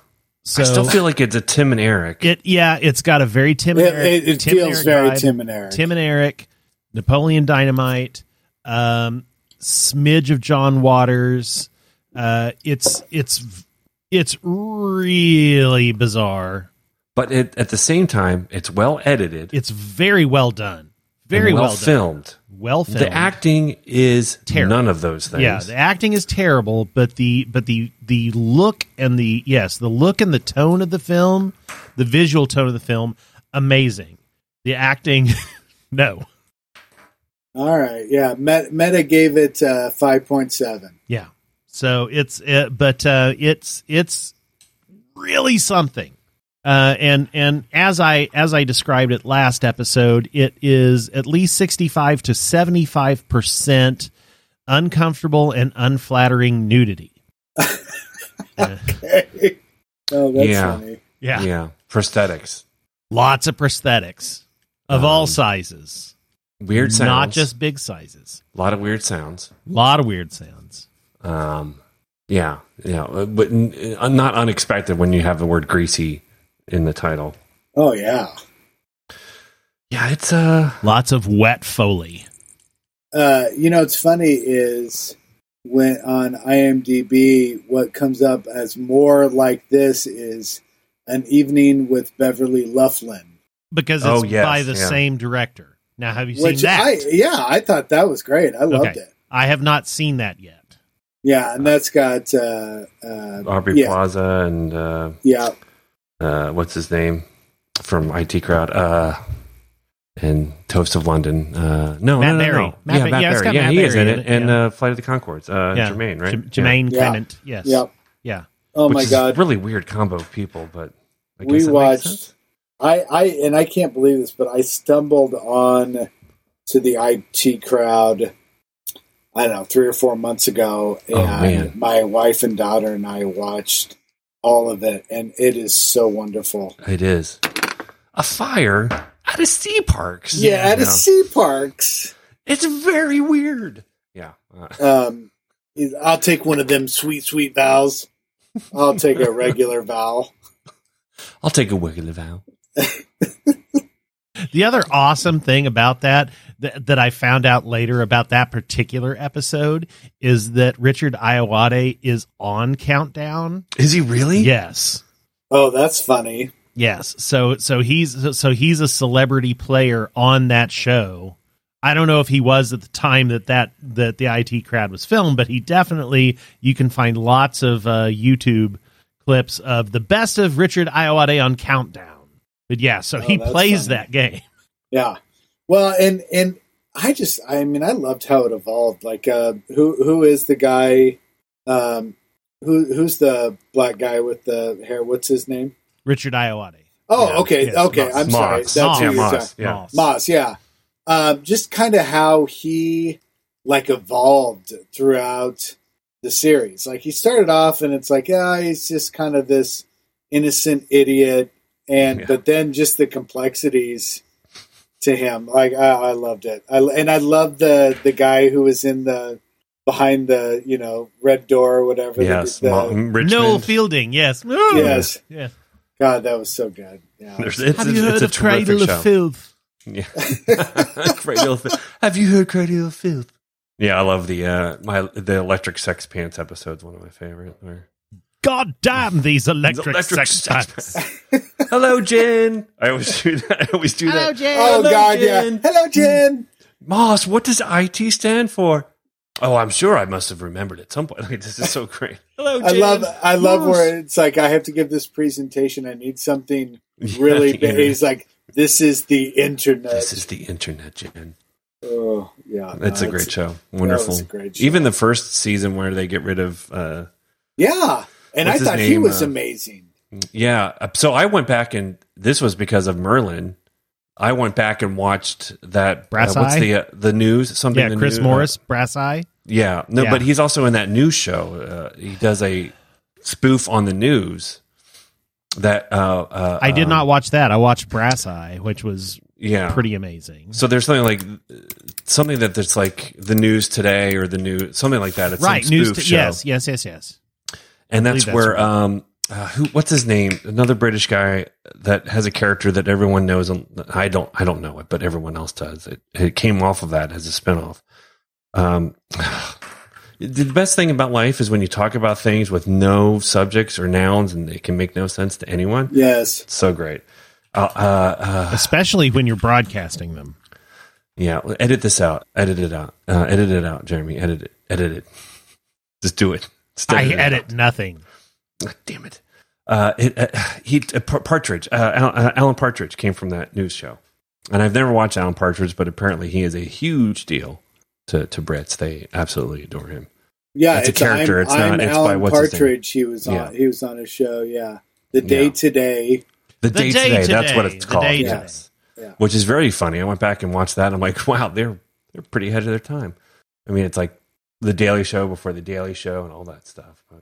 [SPEAKER 2] So
[SPEAKER 4] I still feel like it's a Tim and Eric.
[SPEAKER 2] It yeah, it's got a very Tim.
[SPEAKER 1] it,
[SPEAKER 2] and Eric,
[SPEAKER 1] it, it
[SPEAKER 2] Tim and
[SPEAKER 1] feels
[SPEAKER 2] Eric
[SPEAKER 1] very
[SPEAKER 2] vibe.
[SPEAKER 1] Tim and Eric.
[SPEAKER 2] Tim and Eric, Napoleon Dynamite, um, smidge of John Waters. Uh, it's it's it's really bizarre.
[SPEAKER 4] but it, at the same time, it's well edited,
[SPEAKER 2] It's very well done.
[SPEAKER 4] and
[SPEAKER 2] Very well,
[SPEAKER 4] well
[SPEAKER 2] done.
[SPEAKER 4] filmed.
[SPEAKER 2] Well filmed.
[SPEAKER 4] The acting is
[SPEAKER 2] Terrible.
[SPEAKER 4] none of those things.
[SPEAKER 2] Yeah, the acting is terrible, but the but the the look and the yes, the look and the tone of the film, the visual tone of the film amazing. The acting, no.
[SPEAKER 1] All right. Yeah. Met, Meta gave it uh, 5.7.
[SPEAKER 2] Yeah. So it's uh but uh, it's it's really something. Uh, and and as I as I described it last episode, it is at least sixty five to seventy five percent uncomfortable and unflattering nudity. Uh,
[SPEAKER 1] oh, that's
[SPEAKER 4] Yeah.
[SPEAKER 1] funny.
[SPEAKER 2] yeah.
[SPEAKER 4] yeah, prosthetics,
[SPEAKER 2] lots of prosthetics of all sizes,
[SPEAKER 4] weird sounds,
[SPEAKER 2] not just big sizes.
[SPEAKER 4] a lot of weird sounds.
[SPEAKER 2] A lot of weird sounds.
[SPEAKER 4] Um, yeah, yeah, but n- uh, not unexpected when you have the word greasy in the title.
[SPEAKER 1] Oh, yeah.
[SPEAKER 4] Yeah, it's uh,
[SPEAKER 2] Lots of wet foley.
[SPEAKER 1] Uh, you know, it's funny is when on IMDb, what comes up as more like this is an evening with Beverly Loughlin.
[SPEAKER 2] because it's
[SPEAKER 4] Oh, yes,
[SPEAKER 2] by the
[SPEAKER 4] yeah.
[SPEAKER 2] same director. Now, have you
[SPEAKER 1] Which
[SPEAKER 2] seen that?
[SPEAKER 1] I, yeah, I thought that was great. I loved
[SPEAKER 2] Okay.
[SPEAKER 1] it.
[SPEAKER 2] I have not seen that yet.
[SPEAKER 1] Yeah, and that's got uh, uh,
[SPEAKER 4] Aubrey
[SPEAKER 1] yeah,
[SPEAKER 4] Plaza and uh,
[SPEAKER 1] yeah,
[SPEAKER 4] uh, what's his name from IT Crowd uh, and Toast of London. Uh, no,
[SPEAKER 2] Matt
[SPEAKER 4] no, no,
[SPEAKER 2] Berry.
[SPEAKER 4] no.
[SPEAKER 2] Matt
[SPEAKER 4] yeah,
[SPEAKER 2] Ba-
[SPEAKER 4] Matt
[SPEAKER 2] yeah, it's
[SPEAKER 4] Berry.
[SPEAKER 2] got
[SPEAKER 4] Yeah,
[SPEAKER 2] Matt
[SPEAKER 4] he is in
[SPEAKER 2] Berry
[SPEAKER 4] it.
[SPEAKER 2] in it,
[SPEAKER 4] And
[SPEAKER 2] yeah.
[SPEAKER 4] uh, Flight of the Concords. Uh,
[SPEAKER 2] Yeah.
[SPEAKER 4] Jermaine, right?
[SPEAKER 2] J-
[SPEAKER 4] Yeah.
[SPEAKER 2] Jermaine
[SPEAKER 1] Yeah.
[SPEAKER 2] Clement. Yes.
[SPEAKER 1] yeah.
[SPEAKER 2] Yeah.
[SPEAKER 1] Oh
[SPEAKER 4] Which
[SPEAKER 1] my
[SPEAKER 4] is
[SPEAKER 1] god,
[SPEAKER 4] a really weird combo of people, but I
[SPEAKER 1] we
[SPEAKER 4] guess it makes sense.
[SPEAKER 1] watched. I, I and I can't believe this, but I stumbled on to the IT crowd. I don't know, three or four months ago, and
[SPEAKER 4] Oh, man.
[SPEAKER 1] my wife and daughter and I watched all of it, and it is so wonderful.
[SPEAKER 4] It is a fire at a sea park.
[SPEAKER 1] Yeah, at a sea parks.
[SPEAKER 4] It's very weird. Yeah. Uh,
[SPEAKER 1] Um, is- I'll take one of them sweet, sweet vowels. I'll take a regular vowel.
[SPEAKER 4] I'll take a wiggly vow.
[SPEAKER 2] The other awesome thing about that, that that I found out later about that particular episode is that Richard Iowade is on Countdown.
[SPEAKER 4] Is he really?
[SPEAKER 2] Yes.
[SPEAKER 1] Oh, that's funny.
[SPEAKER 2] Yes. So so he's so he's a celebrity player on that show. I don't know if he was at the time that that that the IT crowd was filmed, but he definitely you can find lots of uh, YouTube clips of the best of Richard Iowade on Countdown. But yeah, so
[SPEAKER 1] Oh,
[SPEAKER 2] he
[SPEAKER 1] that's
[SPEAKER 2] plays
[SPEAKER 1] funny.
[SPEAKER 2] that game.
[SPEAKER 1] Yeah. Well, and and I just I mean I loved how it evolved. Like uh who who is the guy um who who's the black guy with the hair? What's his name?
[SPEAKER 2] Richard Iowade.
[SPEAKER 1] Oh,
[SPEAKER 4] Yeah,
[SPEAKER 1] okay.
[SPEAKER 2] yes,
[SPEAKER 1] okay.
[SPEAKER 2] Moss.
[SPEAKER 1] I'm sorry.
[SPEAKER 4] Moss.
[SPEAKER 1] That's who
[SPEAKER 4] Yeah,
[SPEAKER 1] you're
[SPEAKER 4] Moss.
[SPEAKER 1] talking-
[SPEAKER 4] Yeah.
[SPEAKER 2] Moss.
[SPEAKER 1] Moss, yeah. Um just kind of how he like evolved throughout the series. Like he started off and it's like, ah, he's just kind of this innocent idiot and
[SPEAKER 4] Yeah.
[SPEAKER 1] but then just the complexities to him like i, I loved it I, and i love the the guy who was in the behind the you know red door or whatever
[SPEAKER 4] Yes.
[SPEAKER 1] The-
[SPEAKER 4] Mo- Richmond.
[SPEAKER 2] Noel Fielding, yes.
[SPEAKER 1] yes
[SPEAKER 2] Yeah.
[SPEAKER 1] god that was so good yeah
[SPEAKER 4] There's- it's,
[SPEAKER 2] Have
[SPEAKER 4] it's-
[SPEAKER 2] you
[SPEAKER 4] it's
[SPEAKER 2] heard
[SPEAKER 4] a
[SPEAKER 2] of Cradle
[SPEAKER 4] terrific
[SPEAKER 2] of
[SPEAKER 4] show.
[SPEAKER 2] Filth?
[SPEAKER 4] Yeah. Cradle of Filth. Have you heard Cradle of Filth? Yeah, I love the uh my the Electric Sex Pants episode's one of my favorite. Where
[SPEAKER 2] God damn these electric, sex, pants.
[SPEAKER 4] Pants. Hello, Jen. I always do that. I always do that.
[SPEAKER 2] Jay.
[SPEAKER 1] oh god yeah hello jen
[SPEAKER 4] Moss, what does IT stand for? Oh, I'm sure I must have remembered at some point. Like, this is so great. Hello,
[SPEAKER 1] i
[SPEAKER 4] Jen.
[SPEAKER 1] love i love
[SPEAKER 4] Moss.
[SPEAKER 1] where it's like i have to give this presentation i need something really
[SPEAKER 4] Yeah,
[SPEAKER 1] big
[SPEAKER 4] yeah.
[SPEAKER 1] he's like this is the internet
[SPEAKER 4] This is the internet, Jen.
[SPEAKER 1] oh yeah no,
[SPEAKER 4] It's a great show. Wonderful.
[SPEAKER 1] a great show.
[SPEAKER 4] Even the first season where they get rid of uh
[SPEAKER 1] yeah and
[SPEAKER 4] What's
[SPEAKER 1] i
[SPEAKER 4] his
[SPEAKER 1] thought he
[SPEAKER 4] name,
[SPEAKER 1] was
[SPEAKER 4] uh,
[SPEAKER 1] amazing
[SPEAKER 4] yeah, uh, so I went back and this was because of Merlin. I went back and watched that
[SPEAKER 2] Brass
[SPEAKER 4] uh, what's
[SPEAKER 2] Eye?
[SPEAKER 4] the uh, the news something
[SPEAKER 2] Yeah,
[SPEAKER 4] the
[SPEAKER 2] Chris
[SPEAKER 4] new- uh,
[SPEAKER 2] Morris, Brass Eye.
[SPEAKER 4] yeah. No,
[SPEAKER 2] Yeah.
[SPEAKER 4] but he's also in that news show. Uh, he does a spoof on the news that uh, uh
[SPEAKER 2] I did
[SPEAKER 4] um,
[SPEAKER 2] not watch that. I watched Brass Eye, which was
[SPEAKER 4] yeah.
[SPEAKER 2] pretty amazing.
[SPEAKER 4] So there's something like uh, something that that's like the news today or the new something like that. It's some
[SPEAKER 2] right, news.
[SPEAKER 4] spoof
[SPEAKER 2] To,
[SPEAKER 4] show.
[SPEAKER 2] yes, yes, yes, yes. believe
[SPEAKER 4] and that's
[SPEAKER 2] that's
[SPEAKER 4] where
[SPEAKER 2] right.
[SPEAKER 4] um uh, who what's his name another british guy that has a character that everyone knows and i don't i don't know it but everyone else does it it came off of that as a spinoff um the best thing about life is when you talk about things with no subjects or nouns and it can make no sense to anyone
[SPEAKER 1] yes
[SPEAKER 4] it's so great uh, uh, uh,
[SPEAKER 2] Especially when you're broadcasting them.
[SPEAKER 4] yeah edit this out edit it out uh, edit it out jeremy edit it edit it just do it Just
[SPEAKER 2] I
[SPEAKER 4] it out.
[SPEAKER 2] edit nothing.
[SPEAKER 4] Damn it. uh, it, uh, he uh, Par- Partridge, uh, Al- uh, Alan Partridge came from that news show, and I've never watched Alan Partridge, but apparently he is a huge deal to to Brits. They absolutely adore him.
[SPEAKER 1] Yeah,
[SPEAKER 4] It's a character,
[SPEAKER 1] I'm,
[SPEAKER 4] it's
[SPEAKER 1] I'm
[SPEAKER 4] not- it's by
[SPEAKER 1] Alan
[SPEAKER 4] what's his name.
[SPEAKER 1] Partridge. He was on.
[SPEAKER 4] Yeah.
[SPEAKER 1] He was on a show. Yeah, the day
[SPEAKER 4] Yeah.
[SPEAKER 1] today.
[SPEAKER 4] The,
[SPEAKER 2] The
[SPEAKER 4] day,
[SPEAKER 2] Day
[SPEAKER 4] today, that's what
[SPEAKER 2] Today,
[SPEAKER 4] it's
[SPEAKER 2] The
[SPEAKER 4] called.
[SPEAKER 2] Day
[SPEAKER 4] yes.
[SPEAKER 1] Today. Yeah.
[SPEAKER 4] Which is very funny. I went back and watched that. And I'm like, wow, they're they're pretty ahead of their time. I mean, it's like the Daily Show before the Daily Show and all that stuff. But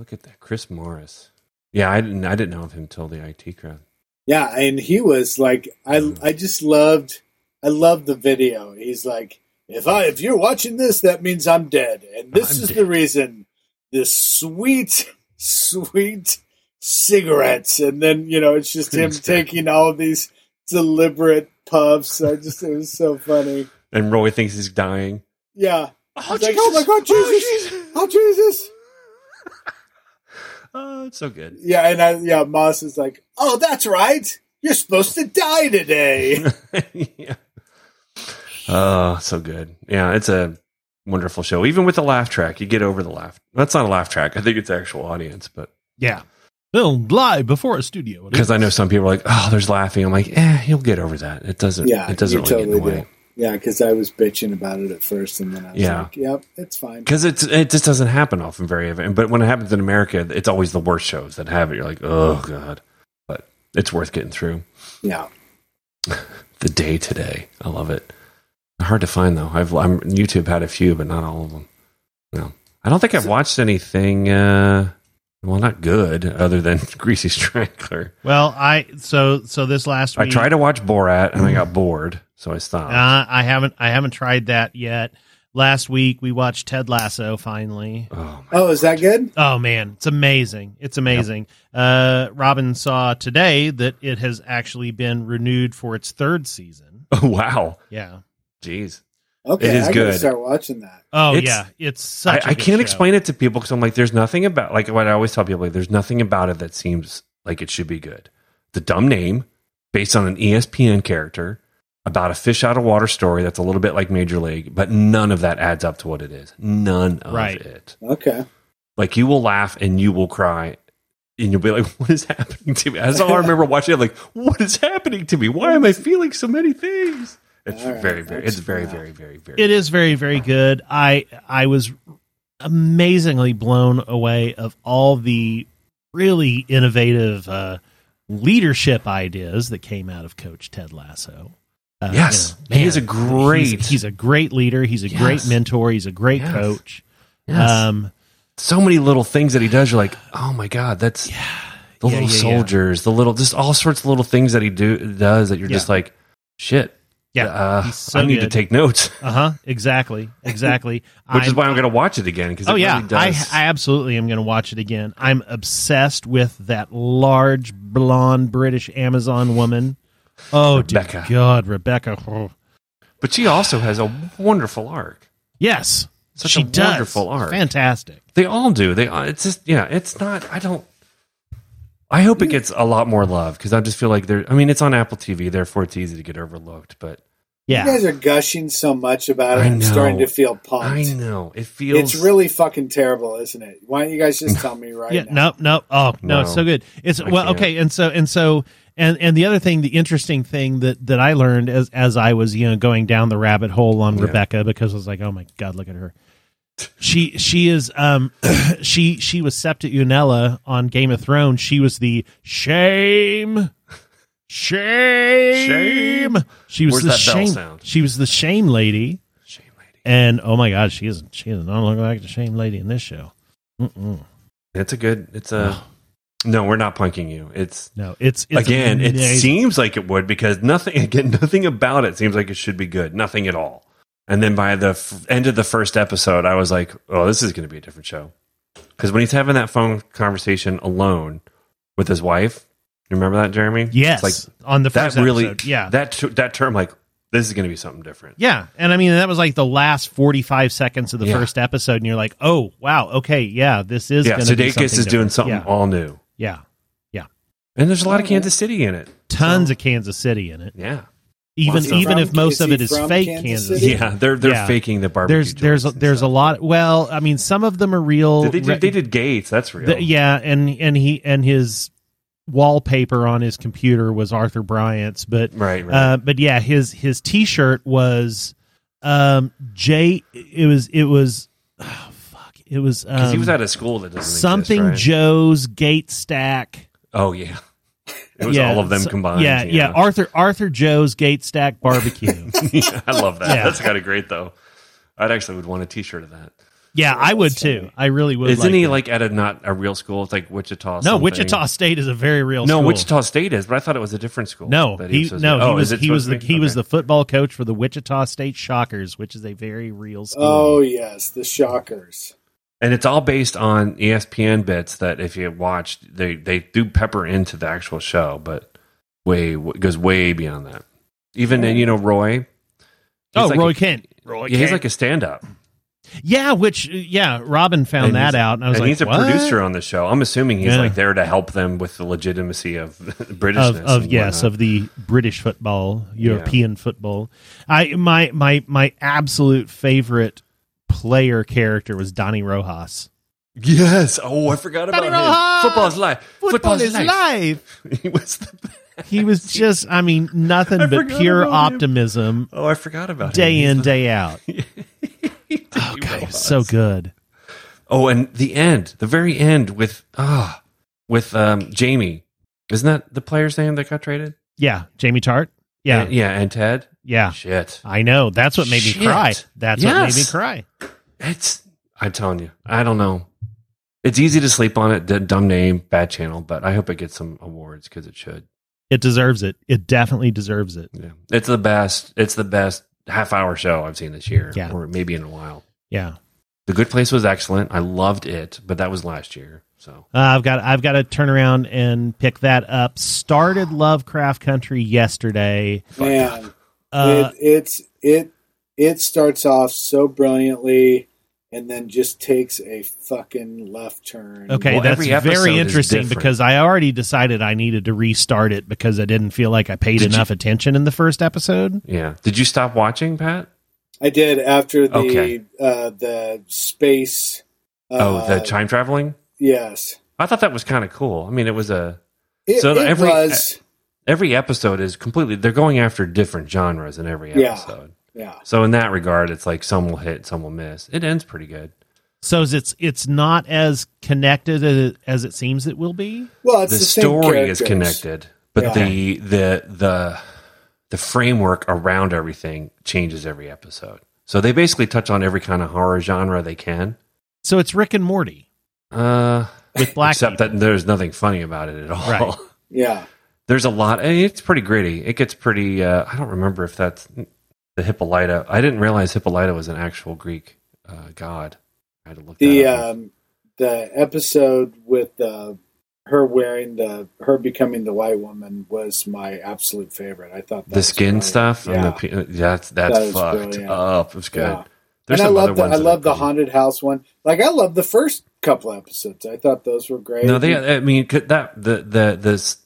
[SPEAKER 4] look at that, Chris Morris. Yeah, I didn't I didn't know of him till the IT crowd.
[SPEAKER 1] Yeah, and he was like,
[SPEAKER 4] Mm.
[SPEAKER 1] I I just loved, I loved the video. He's like, if I if you're watching this, that means I'm dead, and this
[SPEAKER 4] I'm
[SPEAKER 1] is
[SPEAKER 4] dead.
[SPEAKER 1] the reason. This sweet, sweet cigarettes, and then you know it's just him
[SPEAKER 4] Exactly.
[SPEAKER 1] taking all of these deliberate puffs. I just it was so funny.
[SPEAKER 4] And Roy thinks he's dying.
[SPEAKER 1] Yeah.
[SPEAKER 4] Oh,
[SPEAKER 1] He's like, oh my god, Jesus! Oh Jesus!
[SPEAKER 4] Oh, it's so good.
[SPEAKER 1] Yeah, and I, yeah, Moss is like, oh, that's right. You're supposed to die today.
[SPEAKER 4] yeah. Oh, so good. Yeah, it's a wonderful show. Even with the laugh track, you get over the laugh. That's not a laugh track. I think it's actual audience, but
[SPEAKER 2] Yeah. Filmed live before a studio.
[SPEAKER 4] because I know some people are like, "Oh, there's laughing." I'm like, "Eh, you'll get over that. It doesn't.
[SPEAKER 1] Yeah,
[SPEAKER 4] it doesn't
[SPEAKER 1] you
[SPEAKER 4] really get in the
[SPEAKER 1] totally
[SPEAKER 4] way
[SPEAKER 1] do. yeah, because I was bitching about it at first, and then I was
[SPEAKER 4] Yeah.
[SPEAKER 1] like, yep, it's fine.
[SPEAKER 4] because it's it just doesn't happen often, very often. But when it happens in America, it's always the worst shows that have it. You're like, "Oh God," but it's worth getting through.
[SPEAKER 1] Yeah,
[SPEAKER 4] The day today, I love it. Hard to find though. I've I'm, YouTube had a few, but not all of them. No, I don't think I've watched anything. uh Well, not good, other than Greasy Strangler.
[SPEAKER 2] Well, I so so this last
[SPEAKER 4] I
[SPEAKER 2] week
[SPEAKER 4] tried to watch Borat and I got bored, so I stopped.
[SPEAKER 2] Uh, I haven't I haven't tried that yet. Last week we watched Ted Lasso finally.
[SPEAKER 4] oh
[SPEAKER 1] Oh, is that good?
[SPEAKER 2] Oh man, it's amazing. It's amazing. Uh Robin saw today that it has actually been renewed for its third season.
[SPEAKER 4] my! Oh, wow,
[SPEAKER 2] Yeah.
[SPEAKER 4] jeez.
[SPEAKER 1] Okay,
[SPEAKER 4] It is
[SPEAKER 1] I gotta
[SPEAKER 4] good.
[SPEAKER 1] start watching that.
[SPEAKER 2] Oh
[SPEAKER 4] It's-
[SPEAKER 2] yeah, it's
[SPEAKER 4] I,
[SPEAKER 2] such I
[SPEAKER 4] I can't explain it to people because I'm like, there's nothing about like what I always tell people. Like, there's nothing about it that seems like it should be good. The dumb name, based on an E ESPN character, about a fish out of water story that's a little bit like Major League, but none of that adds up to what it is. None of
[SPEAKER 2] Right.
[SPEAKER 4] it.
[SPEAKER 1] Okay,
[SPEAKER 4] Like you will laugh and you will cry. And you'll be like, "What is happening to me?" That's all I remember watching. it, like, "What is happening to me? Why am I feeling so many things?" It's
[SPEAKER 1] All right,
[SPEAKER 4] very, very,
[SPEAKER 1] that's
[SPEAKER 4] it's very,
[SPEAKER 1] enough.
[SPEAKER 4] very, very, very.
[SPEAKER 2] It is very very good. I I was amazingly blown away of all the really innovative uh leadership ideas that came out of coach Ted Lasso. Uh,
[SPEAKER 4] Yes.
[SPEAKER 2] you know,
[SPEAKER 4] He is a great-
[SPEAKER 2] He's, he's a great leader. He's a
[SPEAKER 4] Yes.
[SPEAKER 2] great mentor. He's a great
[SPEAKER 4] Yes.
[SPEAKER 2] coach.
[SPEAKER 4] Yes.
[SPEAKER 2] Um,
[SPEAKER 4] so many little things that he does. You're like, oh my god, that's the
[SPEAKER 2] Yeah,
[SPEAKER 4] little
[SPEAKER 2] yeah, yeah.
[SPEAKER 4] soldiers, the little just all sorts of little things that he do does that you're just like, shit,
[SPEAKER 2] yeah,
[SPEAKER 4] uh,
[SPEAKER 2] he's so
[SPEAKER 4] I need to
[SPEAKER 2] good.
[SPEAKER 4] take notes,
[SPEAKER 2] Uh huh. Exactly. Exactly.
[SPEAKER 4] which is why I'm going to watch it again because
[SPEAKER 2] Oh
[SPEAKER 4] it
[SPEAKER 2] yeah,
[SPEAKER 4] really does.
[SPEAKER 2] I, I absolutely am going to watch it again. I'm obsessed with that large blonde British Amazon woman. Oh dear
[SPEAKER 4] Rebecca.
[SPEAKER 2] God, Rebecca. Oh.
[SPEAKER 4] but she also has a wonderful arc.
[SPEAKER 2] Yes,
[SPEAKER 4] Such
[SPEAKER 2] she
[SPEAKER 4] a
[SPEAKER 2] does.
[SPEAKER 4] wonderful arc.
[SPEAKER 2] Fantastic.
[SPEAKER 4] They all do. They all- it's just yeah, it's not. I don't. I hope it gets a lot more love because I just feel like there. I mean, it's on Apple TV, therefore it's easy to get overlooked. But
[SPEAKER 2] Yeah.
[SPEAKER 1] you guys are gushing so much about it.
[SPEAKER 4] I
[SPEAKER 1] I'm
[SPEAKER 4] know.
[SPEAKER 1] starting to feel pumped.
[SPEAKER 4] I know it feels
[SPEAKER 1] Oh, It's really fucking terrible, isn't it? Why don't you guys just tell me right
[SPEAKER 2] yeah,
[SPEAKER 1] now?
[SPEAKER 2] no, no. Oh, no, it's
[SPEAKER 4] No.
[SPEAKER 2] so good. It's
[SPEAKER 4] I
[SPEAKER 2] well,
[SPEAKER 4] can't.
[SPEAKER 2] okay, and so and so and and the other thing, the interesting thing that that I learned as as I was you know going down the rabbit hole on
[SPEAKER 4] Yeah.
[SPEAKER 2] Rebecca because I was like, oh my god, look at her. She she is um she she was Septa Unella on Game of Thrones. She was the shame. Shame.
[SPEAKER 4] Shame.
[SPEAKER 2] She was
[SPEAKER 4] Where's
[SPEAKER 2] the
[SPEAKER 4] that bell
[SPEAKER 2] shame.
[SPEAKER 4] sound?
[SPEAKER 2] She was the shame lady,
[SPEAKER 4] shame, lady.
[SPEAKER 2] and oh my god, she is she does not look like the shame lady in this show. Mm-mm.
[SPEAKER 4] It's a good. It's a. no, we're not punking you. It's
[SPEAKER 2] No, it's, it's
[SPEAKER 4] again. It
[SPEAKER 2] amazing.
[SPEAKER 4] seems like it would because nothing. Again, nothing about it seems like it should be good. Nothing at all. And then by the f- end of the first episode, I was like, "Oh, this is going to be a different show." Because when he's having that phone conversation alone with his wife, you remember that, Jeremy?
[SPEAKER 2] Yes,
[SPEAKER 4] It's like
[SPEAKER 2] on the
[SPEAKER 4] that
[SPEAKER 2] first
[SPEAKER 4] really.
[SPEAKER 2] episode. Yeah,
[SPEAKER 4] That ter- that term like this is going to be something different.
[SPEAKER 2] yeah, and I mean that was like the last forty five seconds of the
[SPEAKER 4] Yeah.
[SPEAKER 2] first episode, and you're like, oh wow, okay, yeah, this is
[SPEAKER 4] Yeah,
[SPEAKER 2] Gonna be
[SPEAKER 4] Sudeikis
[SPEAKER 2] something
[SPEAKER 4] is doing
[SPEAKER 2] different.
[SPEAKER 4] something
[SPEAKER 2] Yeah,
[SPEAKER 4] all new,
[SPEAKER 2] yeah.
[SPEAKER 4] and there's a lot of Kansas City in it.
[SPEAKER 2] tons of Kansas City in it.
[SPEAKER 4] Yeah.
[SPEAKER 2] even
[SPEAKER 1] Awesome.
[SPEAKER 2] even if
[SPEAKER 1] From-
[SPEAKER 2] most
[SPEAKER 1] is
[SPEAKER 2] of
[SPEAKER 1] he
[SPEAKER 2] it is
[SPEAKER 1] from
[SPEAKER 2] fake
[SPEAKER 1] Kansas
[SPEAKER 2] Kansas.
[SPEAKER 1] City?
[SPEAKER 4] Yeah, they're they're
[SPEAKER 2] Yeah.
[SPEAKER 4] faking the barbecue.
[SPEAKER 2] There's there's a,
[SPEAKER 4] joints and
[SPEAKER 2] there's a
[SPEAKER 4] stuff.
[SPEAKER 2] lot. Well, I mean, some of them are real.
[SPEAKER 4] Did they do,
[SPEAKER 2] Re-
[SPEAKER 4] they did Gates. That's real.
[SPEAKER 2] the- yeah, and and he and his wallpaper on his computer was Arthur Bryant's, but
[SPEAKER 4] Right. Right.
[SPEAKER 2] uh, but yeah, his his T-shirt was um J. It was it was oh, fuck. It was
[SPEAKER 4] Because
[SPEAKER 2] um,
[SPEAKER 4] he was out of school that doesn't
[SPEAKER 2] something
[SPEAKER 4] Exist, right?
[SPEAKER 2] Joe's Gate Stack.
[SPEAKER 4] oh yeah. It was
[SPEAKER 2] Yeah,
[SPEAKER 4] all of them
[SPEAKER 2] so-
[SPEAKER 4] combined.
[SPEAKER 2] Yeah, yeah, Arthur Arthur Joe's Gate Stack Barbecue.
[SPEAKER 4] I love that.
[SPEAKER 2] Yeah.
[SPEAKER 4] That's kind of great though. I'd actually would want a T-shirt of that.
[SPEAKER 2] yeah, I would too. I really would.
[SPEAKER 4] Isn't
[SPEAKER 2] like
[SPEAKER 4] he
[SPEAKER 2] that.
[SPEAKER 4] like at a not a real school? It's like Wichita.
[SPEAKER 2] No,
[SPEAKER 4] something.
[SPEAKER 2] Wichita State is a very real.
[SPEAKER 4] No,
[SPEAKER 2] school.
[SPEAKER 4] Wichita State is, but I thought it was a different school.
[SPEAKER 2] No,
[SPEAKER 4] that
[SPEAKER 2] he,
[SPEAKER 4] supposed to
[SPEAKER 2] no,
[SPEAKER 4] be-
[SPEAKER 2] he
[SPEAKER 4] Oh,
[SPEAKER 2] was
[SPEAKER 4] is it
[SPEAKER 2] he was the,
[SPEAKER 4] supposed to
[SPEAKER 2] he
[SPEAKER 4] be?
[SPEAKER 2] was the
[SPEAKER 4] Okay.
[SPEAKER 2] football coach for the Wichita State Shockers, which is a very real school.
[SPEAKER 1] Oh yes, the Shockers.
[SPEAKER 4] and it's all based on E ESPN bits that if you watch, they they do pepper into the actual show, but way w- goes way beyond that. Even and you know Roy. he's
[SPEAKER 2] Oh,
[SPEAKER 4] like
[SPEAKER 2] Roy
[SPEAKER 4] a-
[SPEAKER 2] Kent. Roy
[SPEAKER 4] Yeah,
[SPEAKER 2] Kent.
[SPEAKER 4] he's like a stand-up.
[SPEAKER 2] yeah, which yeah, Robin found
[SPEAKER 4] And
[SPEAKER 2] that
[SPEAKER 4] he's-
[SPEAKER 2] out, and I was
[SPEAKER 4] and
[SPEAKER 2] like,
[SPEAKER 4] he's a
[SPEAKER 2] "What?"
[SPEAKER 4] producer on the show. I'm assuming he's
[SPEAKER 2] Yeah.
[SPEAKER 4] like there to help them with the legitimacy of Britishness.
[SPEAKER 2] of, of
[SPEAKER 4] and
[SPEAKER 2] yes
[SPEAKER 4] whatnot.
[SPEAKER 2] of the British football, European football. I my my my absolute favorite player character was Donny Rojas.
[SPEAKER 4] yes. Oh, I forgot about
[SPEAKER 2] Johnny
[SPEAKER 4] him.
[SPEAKER 2] Rojas!
[SPEAKER 4] Football's life. Football's life.
[SPEAKER 2] live.
[SPEAKER 4] he was the best.
[SPEAKER 2] He was just, I mean, nothing
[SPEAKER 4] I
[SPEAKER 2] but
[SPEAKER 4] forgot
[SPEAKER 2] pure
[SPEAKER 4] about him.
[SPEAKER 2] optimism,
[SPEAKER 4] Oh, I forgot about him.
[SPEAKER 2] day
[SPEAKER 4] He's
[SPEAKER 2] in
[SPEAKER 4] the-
[SPEAKER 2] day out.
[SPEAKER 4] he
[SPEAKER 2] Oh god, he was
[SPEAKER 4] was.
[SPEAKER 2] so good.
[SPEAKER 4] Oh, and the end, the very end with ah, with um Jamie. Isn't that the player's name that got traded?
[SPEAKER 2] Yeah, Jamie Tart. Yeah,
[SPEAKER 4] And- yeah, and Ted.
[SPEAKER 2] yeah.
[SPEAKER 4] Shit,
[SPEAKER 2] I know. That's what made me
[SPEAKER 4] Shit.
[SPEAKER 2] cry. That's what made me
[SPEAKER 4] Yes.
[SPEAKER 2] cry.
[SPEAKER 4] it's. I'm telling you, I don't know. It's easy to sleep on it. d- Dumb name, bad channel, but I hope it gets some awards because it should.
[SPEAKER 2] It deserves it. It definitely deserves it.
[SPEAKER 4] Yeah, it's the best. It's the best half hour show I've seen this year,
[SPEAKER 2] Yeah.
[SPEAKER 4] or maybe in a while.
[SPEAKER 2] Yeah.
[SPEAKER 4] The Good Place was excellent. I loved it, but that was last year. So
[SPEAKER 2] Uh, I've got I've got to turn around and pick that up. Started Lovecraft Country yesterday.
[SPEAKER 1] Man,
[SPEAKER 2] Uh,
[SPEAKER 1] it, it's it it starts off so brilliantly and then just takes a fucking left turn.
[SPEAKER 2] okay,
[SPEAKER 4] Well,
[SPEAKER 2] that's
[SPEAKER 4] every episode
[SPEAKER 2] very
[SPEAKER 4] is
[SPEAKER 2] interesting
[SPEAKER 4] different.
[SPEAKER 2] because I already decided I needed to restart it because I didn't feel like I paid
[SPEAKER 4] Did you-
[SPEAKER 2] enough attention in the first episode.
[SPEAKER 4] yeah, did you stop watching, Pat?
[SPEAKER 1] I did after the
[SPEAKER 4] Okay.
[SPEAKER 1] uh, the space. Uh,
[SPEAKER 4] oh, the time traveling.
[SPEAKER 1] Yes,
[SPEAKER 4] I thought that was kind of cool. I mean, it was a
[SPEAKER 1] it,
[SPEAKER 4] So
[SPEAKER 1] it
[SPEAKER 4] every- uh,
[SPEAKER 1] was.
[SPEAKER 4] every episode is completely. They're going after different genres in every
[SPEAKER 1] Yeah.
[SPEAKER 4] episode.
[SPEAKER 1] Yeah,
[SPEAKER 4] So in that regard, it's like some will hit, some will miss. It ends pretty good.
[SPEAKER 2] So is it's it's not as connected as, as it seems it will be.
[SPEAKER 1] well, it's
[SPEAKER 4] the
[SPEAKER 1] the, same
[SPEAKER 4] story is
[SPEAKER 1] characters.
[SPEAKER 4] connected, but
[SPEAKER 1] Yeah.
[SPEAKER 4] the the the the framework around everything changes every episode. So they basically touch on every kind of horror genre they can.
[SPEAKER 2] So it's Rick and Morty
[SPEAKER 4] Uh,
[SPEAKER 2] with black
[SPEAKER 4] except
[SPEAKER 2] people.
[SPEAKER 4] that there's nothing funny about it at all.
[SPEAKER 2] Right.
[SPEAKER 1] Yeah,
[SPEAKER 4] there's a lot. and It's pretty gritty. It gets pretty. Uh, I don't remember if that's the Hippolyta. I didn't realize Hippolyta was an actual Greek uh, god. I had to look.
[SPEAKER 1] the
[SPEAKER 4] that up.
[SPEAKER 1] um, the episode with uh, her wearing the her becoming the white woman was my absolute favorite. I thought that
[SPEAKER 4] the
[SPEAKER 1] was
[SPEAKER 4] skin
[SPEAKER 1] brilliant.
[SPEAKER 4] stuff.
[SPEAKER 1] Yeah.
[SPEAKER 4] And the, pe- uh, that's that's
[SPEAKER 1] That was
[SPEAKER 4] fucked
[SPEAKER 1] brilliant.
[SPEAKER 4] up. It's good.
[SPEAKER 1] Yeah.
[SPEAKER 4] There's
[SPEAKER 1] and I
[SPEAKER 4] some other
[SPEAKER 1] love the
[SPEAKER 4] ones
[SPEAKER 1] I
[SPEAKER 4] that are
[SPEAKER 1] love the
[SPEAKER 4] pretty-
[SPEAKER 1] haunted house one. Like I love the first couple episodes. I thought those were great.
[SPEAKER 4] No, they. I mean, could that the the the s-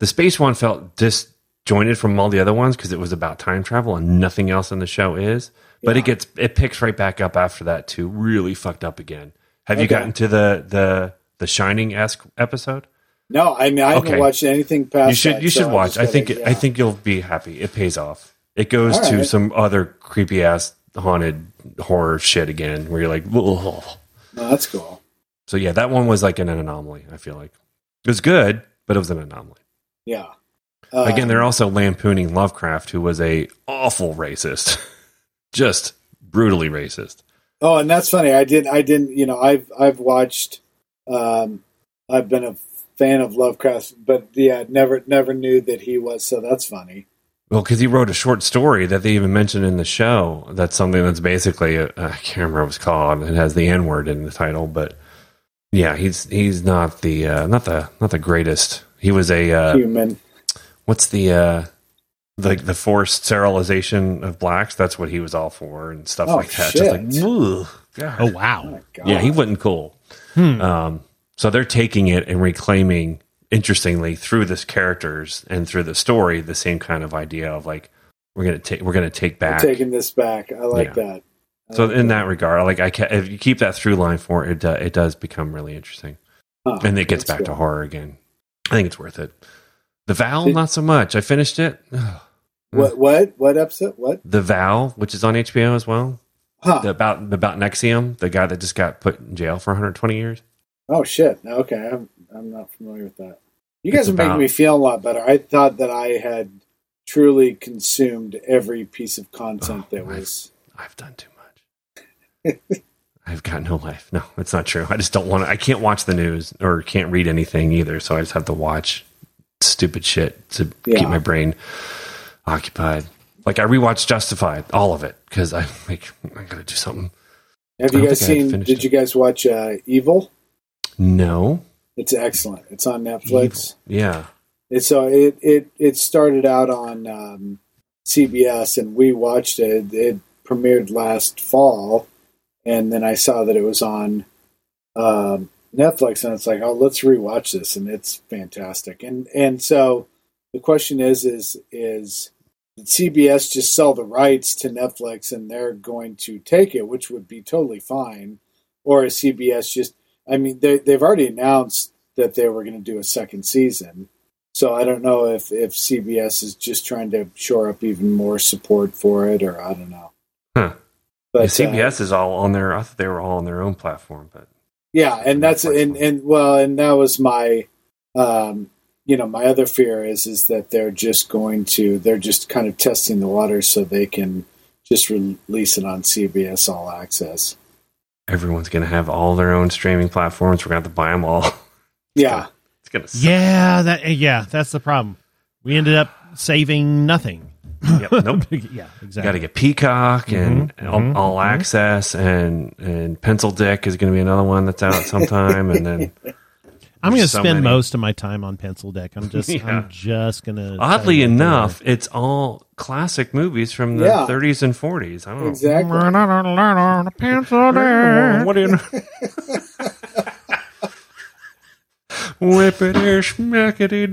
[SPEAKER 4] the space one felt disjointed from all the other ones because it was about time travel and nothing else in the show is. But
[SPEAKER 1] Yeah.
[SPEAKER 4] it gets it picks right back up after that too. Really fucked up again. Have you
[SPEAKER 1] Okay.
[SPEAKER 4] gotten to the the the Shining esque episode?
[SPEAKER 1] no. I mean I
[SPEAKER 4] Okay.
[SPEAKER 1] haven't watched anything past.
[SPEAKER 4] you should
[SPEAKER 1] that,
[SPEAKER 4] you
[SPEAKER 1] so
[SPEAKER 4] should
[SPEAKER 1] I'm
[SPEAKER 4] watch.
[SPEAKER 1] just
[SPEAKER 4] I
[SPEAKER 1] gonna-
[SPEAKER 4] think
[SPEAKER 1] yeah.
[SPEAKER 4] I think you'll be happy. It pays off. It goes
[SPEAKER 1] All
[SPEAKER 4] to
[SPEAKER 1] right.
[SPEAKER 4] some other creepy ass haunted horror shit again, where you're like, Ugh.
[SPEAKER 1] no, that's cool.
[SPEAKER 4] so yeah, that one was like an anomaly. I feel like it was good, but it was an anomaly.
[SPEAKER 1] Yeah. Uh,
[SPEAKER 4] Again, they're also lampooning Lovecraft, who was a awful racist, just brutally racist.
[SPEAKER 1] Oh, and that's funny. I did. I didn't. You know, I've I've watched. Um, I've been a fan of Lovecraft, but yeah, never never knew that he was. So that's funny.
[SPEAKER 4] Well, because he wrote a short story that they even mentioned in the show. That's something that's basically uh, I I can't remember what it was called. It has the N word in the title, but yeah, he's he's not the uh, not the not the greatest. He was a uh,
[SPEAKER 1] Human.
[SPEAKER 4] what's the uh, like the forced sterilization of blacks. That's what he was all for and stuff
[SPEAKER 1] Oh,
[SPEAKER 4] like that.
[SPEAKER 1] shit.
[SPEAKER 4] Just like, "Ugh, God."
[SPEAKER 2] Oh wow!
[SPEAKER 1] God.
[SPEAKER 4] Yeah, he wasn't cool. Um, so they're taking it and reclaiming, interestingly, through this characters and through the story, the same kind of idea of like, We're gonna take. We're gonna take
[SPEAKER 1] I'm
[SPEAKER 4] back.
[SPEAKER 1] taking this back. I like
[SPEAKER 4] Yeah.
[SPEAKER 1] that. I
[SPEAKER 4] So
[SPEAKER 1] like
[SPEAKER 4] in that regard, like I ca if you keep that through line for it, it, do- it does become really interesting,
[SPEAKER 1] Huh,
[SPEAKER 4] and it
[SPEAKER 1] Oh,
[SPEAKER 4] gets
[SPEAKER 1] that's
[SPEAKER 4] back to
[SPEAKER 1] cool.
[SPEAKER 4] horror again. I think it's worth it. The Vow,
[SPEAKER 1] Did-
[SPEAKER 4] not so much. I finished it. Ugh.
[SPEAKER 1] What? What? What upset? What?
[SPEAKER 4] The Vow, which is on HBO as well,
[SPEAKER 1] Huh.
[SPEAKER 4] the, about about Nexium, the guy that just got put in jail for 120 years.
[SPEAKER 1] Oh shit. No, Okay, I'm I'm not familiar with that. You guys
[SPEAKER 4] It's
[SPEAKER 1] are making
[SPEAKER 4] about-
[SPEAKER 1] me feel a lot better. I thought that I had truly consumed every piece of content
[SPEAKER 4] Oh,
[SPEAKER 1] that
[SPEAKER 4] my-
[SPEAKER 1] was.
[SPEAKER 4] I've done too much. I've got no life. No, it's not true. I just don't want to. I can't watch the news or can't read anything either. So I just have to watch stupid shit to
[SPEAKER 1] Yeah.
[SPEAKER 4] keep my brain occupied. Like I rewatched Justified, all of it, because I'm like, I gotta do something.
[SPEAKER 1] Have
[SPEAKER 4] I
[SPEAKER 1] you
[SPEAKER 4] don't
[SPEAKER 1] guys
[SPEAKER 4] think I had
[SPEAKER 1] seen?
[SPEAKER 4] finished
[SPEAKER 1] Did
[SPEAKER 4] it.
[SPEAKER 1] you guys watch uh, Evil?
[SPEAKER 4] No,
[SPEAKER 1] It's excellent. It's on Netflix.
[SPEAKER 4] Evil. yeah,
[SPEAKER 1] And so it it it started out on um, CBS, and we watched it. It premiered last fall, and then I saw that it was on um, Netflix, and it's like, oh, let's rewatch this, and it's fantastic. And and so the question is, is is did CBS just sell the rights to Netflix, and they're going to take it, which would be totally fine, or is CBS just? I mean, they they've already announced that they were going to do a second season. So I don't know if, if CBS is just trying to shore up even more support for it, or I don't know.
[SPEAKER 4] Huh.
[SPEAKER 1] But,
[SPEAKER 4] Yeah,
[SPEAKER 1] uh,
[SPEAKER 4] CBS is all on their. I thought they were all on their own platform, but
[SPEAKER 1] yeah, and that's and and well, and that was my, um, you know, my other fear is is that they're just going to they're just kind of testing the water so they can just release it on CBS All Access.
[SPEAKER 4] everyone's gonna have all their own streaming platforms. We're gonna have to buy them all.
[SPEAKER 1] Yeah,
[SPEAKER 4] It's gonna suck.
[SPEAKER 2] Yeah,
[SPEAKER 4] eh,
[SPEAKER 2] that yeah, that's the problem. We ended up saving nothing.
[SPEAKER 4] Yep, nope.
[SPEAKER 2] yeah, exactly.
[SPEAKER 4] Got to get Peacock
[SPEAKER 1] Mm-hmm.
[SPEAKER 4] and all, all access and and Pencil Dick is going to be another one that's out sometime. and then
[SPEAKER 2] I'm going to
[SPEAKER 4] There's so
[SPEAKER 2] spend
[SPEAKER 4] many.
[SPEAKER 2] most of my time on pencil deck. I'm just
[SPEAKER 4] Yeah.
[SPEAKER 2] I'm just going to
[SPEAKER 4] oddly enough, it's all classic movies from the
[SPEAKER 1] Yeah.
[SPEAKER 4] 30s and 40s. I don't know.
[SPEAKER 1] exactly.
[SPEAKER 2] pencil deck.
[SPEAKER 4] What do you know? Whippity schmackety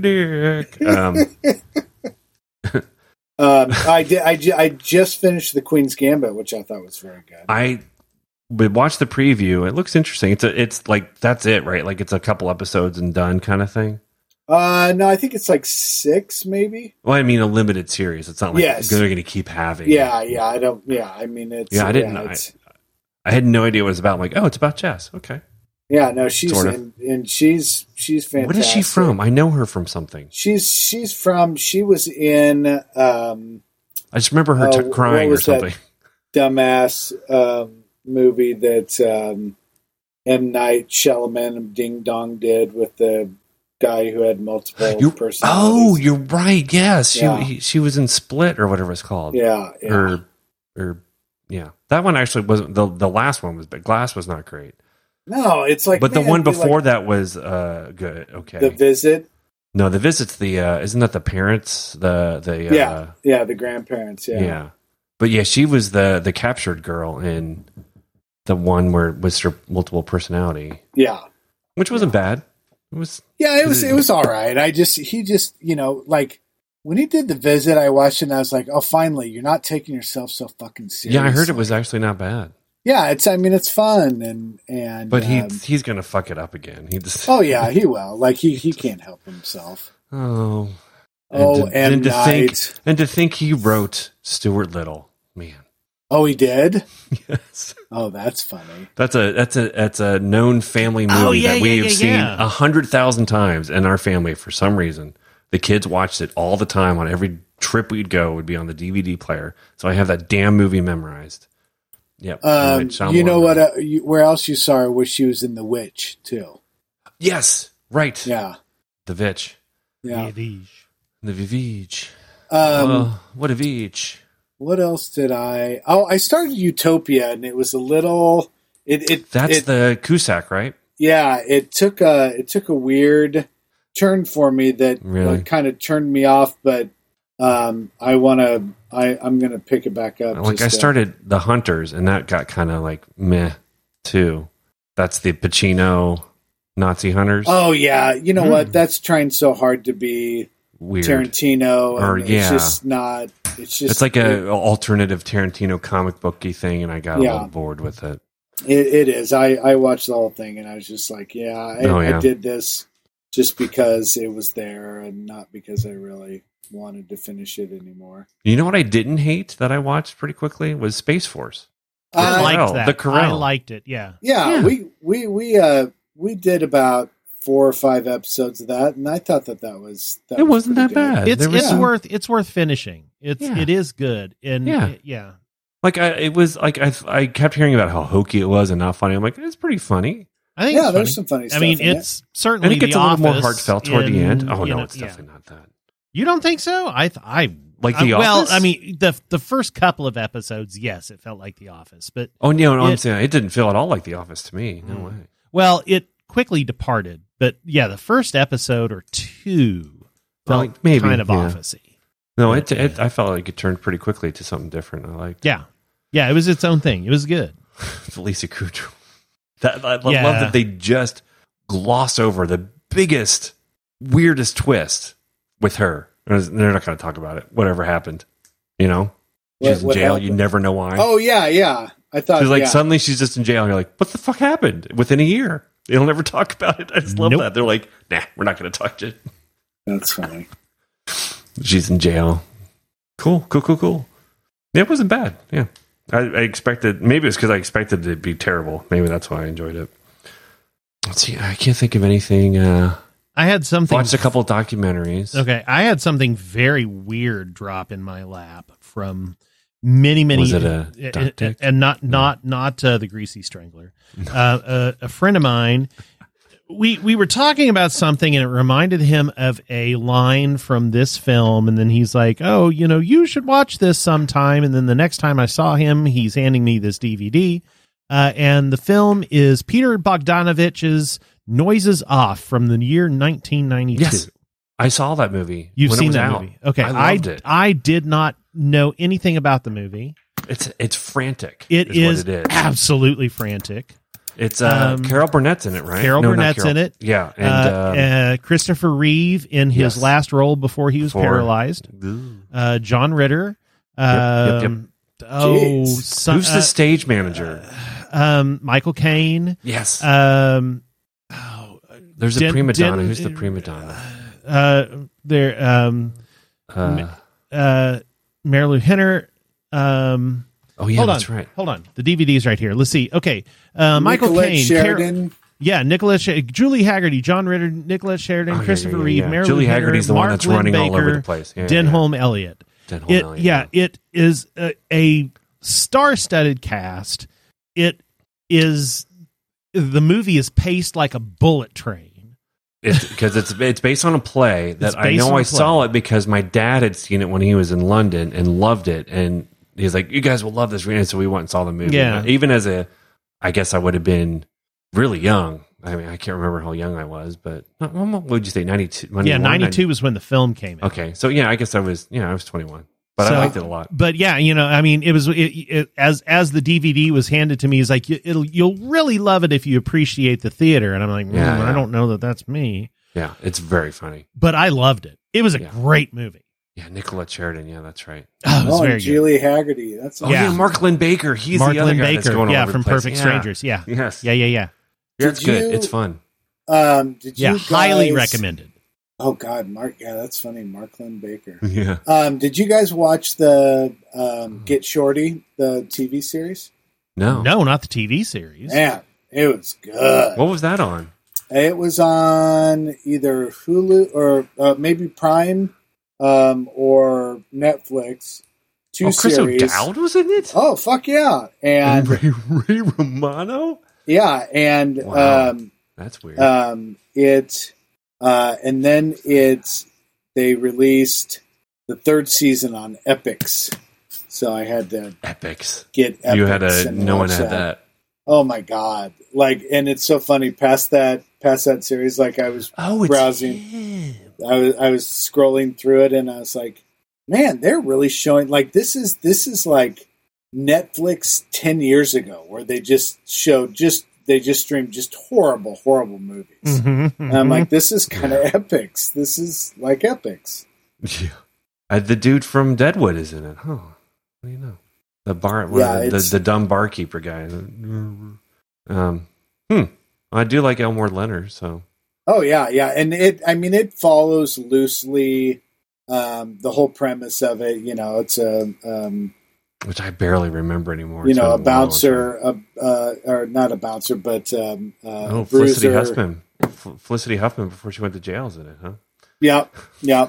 [SPEAKER 4] dick. Um,
[SPEAKER 1] Um, I did. I, ju- I just finished the Queen's Gambit, which I thought was very good.
[SPEAKER 4] I but watch the preview. It looks interesting. It's a, it's like that's it, right? Like it's a couple episodes and done kind of thing.
[SPEAKER 1] Uh, no, I think it's like six, maybe.
[SPEAKER 4] Well, I mean a limited series. It's not like
[SPEAKER 1] Yes.
[SPEAKER 4] they're going to keep having.
[SPEAKER 1] Yeah, yeah. I don't. Yeah, I mean, it's.
[SPEAKER 4] Yeah, I didn't-
[SPEAKER 1] it's-
[SPEAKER 4] I had no idea what it was about. I'm like, oh, it's about chess. Okay.
[SPEAKER 1] yeah, no, she's
[SPEAKER 4] Sort of.
[SPEAKER 1] and, and she's she's fantastic.
[SPEAKER 4] What is she from? I know her from something.
[SPEAKER 1] She's she's from she was in um
[SPEAKER 4] I just remember her
[SPEAKER 1] Oh,
[SPEAKER 4] t-
[SPEAKER 1] what
[SPEAKER 4] crying or
[SPEAKER 1] was that?
[SPEAKER 4] something.
[SPEAKER 1] dumbass um movie that um M Night Shyamalan Ding Dong did with the guy who had multiple
[SPEAKER 4] You-
[SPEAKER 1] personalities.
[SPEAKER 4] oh, you're right. Yes, she
[SPEAKER 1] Yeah.
[SPEAKER 4] he, she was in Split or whatever it's called.
[SPEAKER 1] yeah, yeah.
[SPEAKER 4] Or or yeah, that one actually wasn't the the last one was, but Glass was not great.
[SPEAKER 1] no, it's like
[SPEAKER 4] but the
[SPEAKER 1] man,
[SPEAKER 4] one
[SPEAKER 1] it'd be
[SPEAKER 4] before
[SPEAKER 1] like
[SPEAKER 4] that was uh good. Okay.
[SPEAKER 1] the visit.
[SPEAKER 4] no, the visits the uh isn't that the parents the the
[SPEAKER 1] Yeah.
[SPEAKER 4] uh,
[SPEAKER 1] Yeah, the grandparents. Yeah,
[SPEAKER 4] yeah. But yeah, she was the the captured girl in the one where was her multiple personality.
[SPEAKER 1] yeah.
[SPEAKER 4] which wasn't bad. It was
[SPEAKER 1] Yeah, it was it was all right. I just he just you know like when he did the visit, I watched it and I was like, oh, finally, you're not taking yourself so fucking serious.
[SPEAKER 4] yeah. I heard it was actually not bad,
[SPEAKER 1] Yeah, it's I mean it's fun and and
[SPEAKER 4] but he
[SPEAKER 1] um,
[SPEAKER 4] he's gonna fuck it up again. He just
[SPEAKER 1] oh yeah he will like he he can't help himself.
[SPEAKER 4] oh
[SPEAKER 1] Oh,
[SPEAKER 4] to-
[SPEAKER 1] and,
[SPEAKER 4] to think
[SPEAKER 1] night.
[SPEAKER 4] and to think he wrote Stuart Little, man.
[SPEAKER 1] oh he did.
[SPEAKER 4] Yes,
[SPEAKER 1] Oh, that's funny.
[SPEAKER 4] that's a that's a that's a known family movie
[SPEAKER 2] Oh, yeah,
[SPEAKER 4] that
[SPEAKER 2] yeah,
[SPEAKER 4] we
[SPEAKER 2] yeah,
[SPEAKER 4] have seen
[SPEAKER 2] yeah.
[SPEAKER 4] a hundred thousand times in our family for some reason. The kids watched it all the time on every trip we'd go would be on the DVD player. So I have that damn movie memorized. Yep.
[SPEAKER 1] Um,
[SPEAKER 4] Right,
[SPEAKER 1] you know
[SPEAKER 4] Shyamalan.
[SPEAKER 1] what? Uh, you, where else you saw her was she was in The Witch too.
[SPEAKER 4] yes, right.
[SPEAKER 1] Yeah,
[SPEAKER 4] The Vitch.
[SPEAKER 1] yeah.
[SPEAKER 4] The Vivij.
[SPEAKER 1] Um,
[SPEAKER 4] Oh, what a beach.
[SPEAKER 1] what else did I? Oh, I started Utopia, and it was a little. It it
[SPEAKER 4] That's
[SPEAKER 1] it,
[SPEAKER 4] the Cusack, right?
[SPEAKER 1] yeah. It took a it took a weird turn for me that
[SPEAKER 4] Really?
[SPEAKER 1] kind of turned me off, but um, I want to. I I'm gonna pick it back up.
[SPEAKER 4] Like
[SPEAKER 1] just
[SPEAKER 4] I
[SPEAKER 1] to-
[SPEAKER 4] started The Hunters and that got kind of like meh too. That's the Pacino Nazi Hunters.
[SPEAKER 1] Oh yeah, you know what? That's trying so hard to be
[SPEAKER 4] Hmm. Weird.
[SPEAKER 1] Tarantino, and
[SPEAKER 4] Or, yeah.
[SPEAKER 1] it's just not. It's just
[SPEAKER 4] it's like a alternative Tarantino comic booky thing, and I got
[SPEAKER 1] Yeah.
[SPEAKER 4] a little bored with it.
[SPEAKER 1] It, it is. I, I watched the whole thing and I was just like, yeah I,
[SPEAKER 4] Oh, yeah.
[SPEAKER 1] I did this just because it was there and not because I really wanted to finish it anymore.
[SPEAKER 4] You know what I didn't hate that I watched pretty quickly was Space Force.
[SPEAKER 2] I
[SPEAKER 1] Uh,
[SPEAKER 4] like-
[SPEAKER 2] liked
[SPEAKER 4] Corral,
[SPEAKER 2] that.
[SPEAKER 4] the Corral.
[SPEAKER 2] I liked it. Yeah.
[SPEAKER 1] yeah,
[SPEAKER 4] Yeah.
[SPEAKER 1] we we we uh we did about four or five episodes of that, and I thought that that was that
[SPEAKER 4] It wasn't
[SPEAKER 1] pretty
[SPEAKER 4] that bad.
[SPEAKER 2] It's
[SPEAKER 4] There was
[SPEAKER 2] it's
[SPEAKER 1] some-
[SPEAKER 2] worth it's worth finishing. It's
[SPEAKER 4] Yeah.
[SPEAKER 2] it is good and
[SPEAKER 4] Yeah.
[SPEAKER 2] yeah. yeah.
[SPEAKER 4] Like I, it was like I, I kept hearing about how hokey it was and not funny. I'm like, it's pretty funny,
[SPEAKER 2] I think
[SPEAKER 1] Yeah,
[SPEAKER 2] it's
[SPEAKER 1] there's some
[SPEAKER 2] funny.
[SPEAKER 1] funny stuff.
[SPEAKER 2] I mean,
[SPEAKER 1] in it.
[SPEAKER 2] it's certainly
[SPEAKER 4] and it gets
[SPEAKER 2] The
[SPEAKER 4] a little more
[SPEAKER 2] Office
[SPEAKER 4] heartfelt toward the
[SPEAKER 2] in,
[SPEAKER 4] end. Oh
[SPEAKER 2] you
[SPEAKER 4] no,
[SPEAKER 2] know,
[SPEAKER 4] it's
[SPEAKER 2] yeah.
[SPEAKER 4] definitely not that.
[SPEAKER 2] You don't think so? I th- I
[SPEAKER 4] Like
[SPEAKER 2] I-
[SPEAKER 4] The
[SPEAKER 2] Well,
[SPEAKER 4] Office?
[SPEAKER 2] I mean the the first couple of episodes, yes, it felt like The Office, but
[SPEAKER 4] Oh no, no I'm
[SPEAKER 2] It-
[SPEAKER 4] saying it didn't feel at all like The Office to me. No
[SPEAKER 2] Mm.
[SPEAKER 4] way.
[SPEAKER 2] well, it quickly departed. But yeah, the first episode or two
[SPEAKER 4] Well,
[SPEAKER 2] felt
[SPEAKER 4] maybe,
[SPEAKER 2] kind of
[SPEAKER 4] yeah.
[SPEAKER 2] officey.
[SPEAKER 4] No,
[SPEAKER 2] Yeah,
[SPEAKER 4] it, it.
[SPEAKER 2] yeah.
[SPEAKER 4] I felt like it turned pretty quickly to something different. I liked
[SPEAKER 2] Yeah, yeah, it was its own thing. It was good.
[SPEAKER 4] Felicia Kudrow. That, I lo-
[SPEAKER 2] Yeah.
[SPEAKER 4] love that they just gloss over the biggest, weirdest twist with her. It was- They're not going to talk about it. Whatever happened, you know,
[SPEAKER 1] What-
[SPEAKER 4] she's in
[SPEAKER 1] what
[SPEAKER 4] jail. You
[SPEAKER 1] happened?
[SPEAKER 4] never know why.
[SPEAKER 1] oh yeah, yeah. I thought
[SPEAKER 4] she's like
[SPEAKER 1] yeah.
[SPEAKER 4] suddenly she's just in jail. And you're like, what the fuck happened? Within a year, they'll never talk about it. I just love
[SPEAKER 2] Nope.
[SPEAKER 4] that. They're like, nah, we're not going to touch it.
[SPEAKER 1] That's funny.
[SPEAKER 4] She's in jail. Cool, cool, cool, cool. Yeah, it wasn't bad. Yeah. I, I expected, maybe it's because I expected it to be terrible. Maybe that's why I enjoyed it. Let's see. I can't think of anything. Uh,
[SPEAKER 2] I had something.
[SPEAKER 4] watched a couple documentaries.
[SPEAKER 2] Okay, I had something very weird drop in my lap from many many
[SPEAKER 4] Was it a
[SPEAKER 2] and-
[SPEAKER 4] duck
[SPEAKER 2] and,
[SPEAKER 4] dick?
[SPEAKER 2] and not not not uh, the greasy strangler. Uh, a, a friend of mine we we were talking about something and it reminded him of a line from this film and then he's like, "Oh, you know, you should watch this sometime." And then the next time I saw him, he's handing me this DVD. Uh, and the film is Peter Bogdanovich's Noises Off from the year 1992.
[SPEAKER 4] Yes. I saw that movie.
[SPEAKER 2] You've
[SPEAKER 4] when it
[SPEAKER 2] seen
[SPEAKER 4] was
[SPEAKER 2] that
[SPEAKER 4] out.
[SPEAKER 2] movie. Okay.
[SPEAKER 4] I
[SPEAKER 2] I
[SPEAKER 4] loved it.
[SPEAKER 2] I did not know anything about the movie.
[SPEAKER 4] It's it's frantic.
[SPEAKER 2] It
[SPEAKER 4] is
[SPEAKER 2] is,
[SPEAKER 4] what it is.
[SPEAKER 2] absolutely frantic.
[SPEAKER 4] It's uh,
[SPEAKER 2] um,
[SPEAKER 4] Carol Burnett's in it, right?
[SPEAKER 2] Carol
[SPEAKER 4] No, not
[SPEAKER 2] Burnett's in it.
[SPEAKER 4] Yeah,
[SPEAKER 2] Uh,
[SPEAKER 4] and um,
[SPEAKER 2] uh, Christopher Reeve in his
[SPEAKER 4] yes.
[SPEAKER 2] last role before he was
[SPEAKER 4] Before-
[SPEAKER 2] paralyzed. Uh, John Ritter.
[SPEAKER 4] Yep, yep, yep.
[SPEAKER 2] Um, Oh,
[SPEAKER 1] Jeez.
[SPEAKER 2] some-
[SPEAKER 4] who's the stage manager?
[SPEAKER 2] uh, um, Michael Caine.
[SPEAKER 4] yes,
[SPEAKER 2] Um, oh,
[SPEAKER 4] there's a
[SPEAKER 2] Den-
[SPEAKER 4] prima donna.
[SPEAKER 2] Den-
[SPEAKER 4] who's the prima donna?
[SPEAKER 2] uh, there. Um,
[SPEAKER 4] Uh,
[SPEAKER 2] uh, Marilyn Henner. Um,
[SPEAKER 4] oh yeah,
[SPEAKER 2] hold on,
[SPEAKER 4] that's right.
[SPEAKER 2] hold on. The DVD's right here. Let's see. Okay, uh, Michael
[SPEAKER 1] Nicolette
[SPEAKER 2] Caine, Car-
[SPEAKER 1] Sheridan.
[SPEAKER 2] Yeah, Nicholas, Sh- Julie Haggerty, John Ritter, Nicholas Sheridan,
[SPEAKER 4] Oh, yeah,
[SPEAKER 2] Christopher
[SPEAKER 4] yeah, yeah,
[SPEAKER 2] Reeve,
[SPEAKER 4] yeah.
[SPEAKER 2] Marilyn
[SPEAKER 4] Julie
[SPEAKER 2] Henner,
[SPEAKER 4] Haggerty's the one
[SPEAKER 2] Mark
[SPEAKER 4] that's
[SPEAKER 2] Lynn
[SPEAKER 4] running all over the
[SPEAKER 2] Baker,
[SPEAKER 4] place. Yeah, yeah,
[SPEAKER 2] Denholm Elliott.
[SPEAKER 4] Denholm
[SPEAKER 2] It,
[SPEAKER 4] Elliott,
[SPEAKER 2] yeah, it is a, a star-studded cast. It is the movie is paced like a bullet train.
[SPEAKER 4] because it's it's based on a play that I
[SPEAKER 2] based on
[SPEAKER 4] know
[SPEAKER 2] a
[SPEAKER 4] I
[SPEAKER 2] play.
[SPEAKER 4] saw it because my dad had seen it when he was in London and loved it, and he's like, "You guys will love this," and so we went and saw the movie.
[SPEAKER 2] Yeah.
[SPEAKER 4] even as a, I guess I would have been really young. I mean, I can't remember how young I was, but what what would you say, ninety two?
[SPEAKER 2] yeah, ninety-two was when the film came out.
[SPEAKER 4] Okay, so yeah, I guess I was, you know, I was twenty one, but
[SPEAKER 2] So-
[SPEAKER 4] I liked it a lot.
[SPEAKER 2] But yeah, you know, I mean, it was it, it, as as the DVD was handed to me, he's like, "You- "It'll you'll really love it if you appreciate the theater." And I'm like,
[SPEAKER 4] Yeah,
[SPEAKER 2] "Mm,
[SPEAKER 4] yeah.
[SPEAKER 2] "I don't know that that's me."
[SPEAKER 4] Yeah, it's very funny.
[SPEAKER 2] but I loved it. It was a
[SPEAKER 4] Yeah.
[SPEAKER 2] great movie.
[SPEAKER 4] Yeah, Nicola Sheridan. Yeah, that's right.
[SPEAKER 2] Oh, it was
[SPEAKER 1] Oh, and
[SPEAKER 2] very good.
[SPEAKER 1] Julie Haggerty. That's
[SPEAKER 4] Oh
[SPEAKER 1] awesome.
[SPEAKER 4] yeah,
[SPEAKER 2] Yeah.
[SPEAKER 4] Mark Lynn Baker. He's
[SPEAKER 2] Mark
[SPEAKER 4] the other
[SPEAKER 2] Lynn
[SPEAKER 4] guy that's
[SPEAKER 2] Baker,
[SPEAKER 4] going all
[SPEAKER 2] yeah,
[SPEAKER 4] over
[SPEAKER 2] from
[SPEAKER 4] the place.
[SPEAKER 2] Perfect
[SPEAKER 4] Yeah.
[SPEAKER 2] Strangers, yeah,
[SPEAKER 4] Yes.
[SPEAKER 2] yeah, yeah, yeah,
[SPEAKER 4] Yeah, it's
[SPEAKER 1] Did
[SPEAKER 4] good.
[SPEAKER 1] you-
[SPEAKER 4] It's fun.
[SPEAKER 1] Um, did you
[SPEAKER 2] yeah. Highly
[SPEAKER 1] guys-
[SPEAKER 2] recommended.
[SPEAKER 1] Oh God, Mark. Yeah, that's funny. Mark Lynn Baker.
[SPEAKER 4] Yeah.
[SPEAKER 1] Um, did you guys watch the um, Get Shorty, the TV series?
[SPEAKER 4] No.
[SPEAKER 2] No, not the TV series.
[SPEAKER 1] Man, it was good.
[SPEAKER 4] What was that on?
[SPEAKER 1] It was on either Hulu or uh, maybe Prime um, or Netflix. Two
[SPEAKER 4] oh, Chris
[SPEAKER 1] series.
[SPEAKER 4] O'Dowd was in it.
[SPEAKER 1] Oh fuck yeah! And
[SPEAKER 4] Ray, Ray Romano.
[SPEAKER 1] yeah, and
[SPEAKER 4] Wow.
[SPEAKER 1] um,
[SPEAKER 4] That's weird.
[SPEAKER 1] um, it uh, and then it's they released the third season on Epics, so I had to
[SPEAKER 4] Epics.
[SPEAKER 1] get. Epics
[SPEAKER 4] You had a
[SPEAKER 1] and
[SPEAKER 4] no one
[SPEAKER 1] watch
[SPEAKER 4] had that.
[SPEAKER 1] Oh my god! Like, and it's so funny. Past that, past that series, like I was
[SPEAKER 4] Oh, it's
[SPEAKER 1] Browsing.
[SPEAKER 4] him.
[SPEAKER 1] I was I was scrolling through it and I was like, man, they're really showing like this is this is like Netflix ten years ago where they just showed just they just streamed just horrible horrible movies.
[SPEAKER 4] Mm-hmm.
[SPEAKER 2] Mhm,
[SPEAKER 1] And I'm
[SPEAKER 2] mhm.
[SPEAKER 1] like, this is kind of epics. This is like epics.
[SPEAKER 4] Yeah. Uh, the dude from Deadwood is in it. Huh? What do you know? The bar, one of
[SPEAKER 1] Yeah,
[SPEAKER 4] the- the,
[SPEAKER 1] it's-
[SPEAKER 4] the dumb barkeeper guy. Um, hmm. I do like Elmore Leonard, so
[SPEAKER 1] Oh yeah, yeah, and it. I mean, it follows loosely um, the whole premise of it. You know, it's a um,
[SPEAKER 4] which I barely remember anymore.
[SPEAKER 1] you
[SPEAKER 4] It's
[SPEAKER 1] know a
[SPEAKER 4] been long
[SPEAKER 1] bouncer, a, uh, or not a bouncer, but um, uh,
[SPEAKER 4] time. oh,
[SPEAKER 1] bruiser.
[SPEAKER 4] Felicity Huffman. F- Felicity Huffman before she went to jail is in it, huh?
[SPEAKER 1] Yeah, yeah.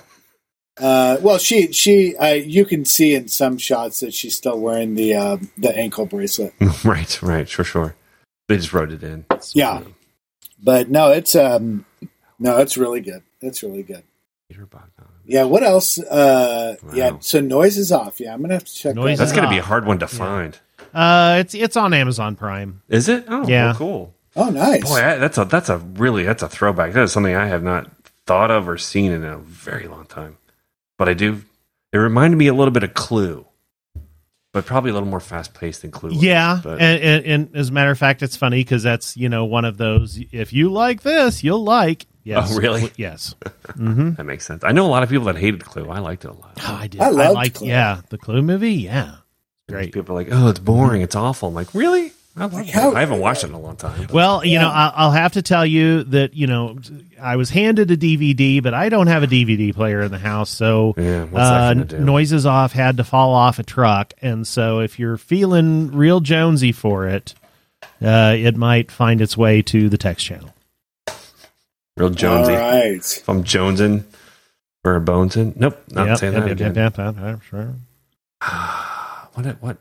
[SPEAKER 1] Uh, well, she she uh, you can see in some shots that she's still wearing the uh, the ankle bracelet.
[SPEAKER 4] right, right, sure, sure. They just wrote it in.
[SPEAKER 1] Yeah. But no, it's um, no, it's really good. It's really good.
[SPEAKER 4] Peter Bogdan.
[SPEAKER 1] Yeah. What else? Uh,
[SPEAKER 4] Wow.
[SPEAKER 1] Yeah. So noise is off. Yeah, I'm gonna have to check.
[SPEAKER 2] Noise
[SPEAKER 1] that
[SPEAKER 4] That's
[SPEAKER 1] out.
[SPEAKER 2] is
[SPEAKER 4] gonna
[SPEAKER 2] Ah.
[SPEAKER 4] be a hard one to
[SPEAKER 2] Yeah.
[SPEAKER 4] find.
[SPEAKER 2] Uh, it's it's on Amazon Prime.
[SPEAKER 4] Is it? Oh,
[SPEAKER 2] Yeah.
[SPEAKER 4] well, cool.
[SPEAKER 1] Oh, nice.
[SPEAKER 4] Boy, I, that's a that's a really that's a throwback. That is something I have not thought of or seen in a very long time. But I do. It reminded me a little bit of Clue, but probably a little more fast paced than Clue. was,
[SPEAKER 2] Yeah,
[SPEAKER 4] but-
[SPEAKER 2] and, and, and as a matter of fact, it's funny because that's you know one of those. If you like this, you'll like. Yes.
[SPEAKER 4] Oh, really?
[SPEAKER 2] Yes. hmm
[SPEAKER 4] that makes sense. I know a lot of people that hated Clue. I liked it a lot.
[SPEAKER 2] I did.
[SPEAKER 1] I
[SPEAKER 2] I,
[SPEAKER 1] loved
[SPEAKER 2] liked.
[SPEAKER 1] Clue.
[SPEAKER 2] Yeah, the Clue movie. Yeah, great.
[SPEAKER 4] People are like, "Oh, it's boring. It's awful." I'm like, "Really? I like
[SPEAKER 1] how-
[SPEAKER 4] it. I haven't watched it in a long time." but-
[SPEAKER 2] Well, you know,
[SPEAKER 1] Yeah.
[SPEAKER 2] I- I'll have to tell you that you know I was handed a DVD, but I don't have a DVD player in the house, so
[SPEAKER 4] Yeah, what's that
[SPEAKER 2] uh,
[SPEAKER 4] gonna do?
[SPEAKER 2] noises off had to fall off a truck, and so if you're feeling real Jonesy for it, uh, it might find its way to the text channel.
[SPEAKER 4] real Jonesy.
[SPEAKER 1] All right.
[SPEAKER 4] If I'm Jonesing or Bonesing, nope, not
[SPEAKER 2] Yep,
[SPEAKER 4] saying
[SPEAKER 2] yep,
[SPEAKER 4] that
[SPEAKER 2] yep,
[SPEAKER 4] again.
[SPEAKER 2] yep, yep, yep, sure.
[SPEAKER 4] What? What?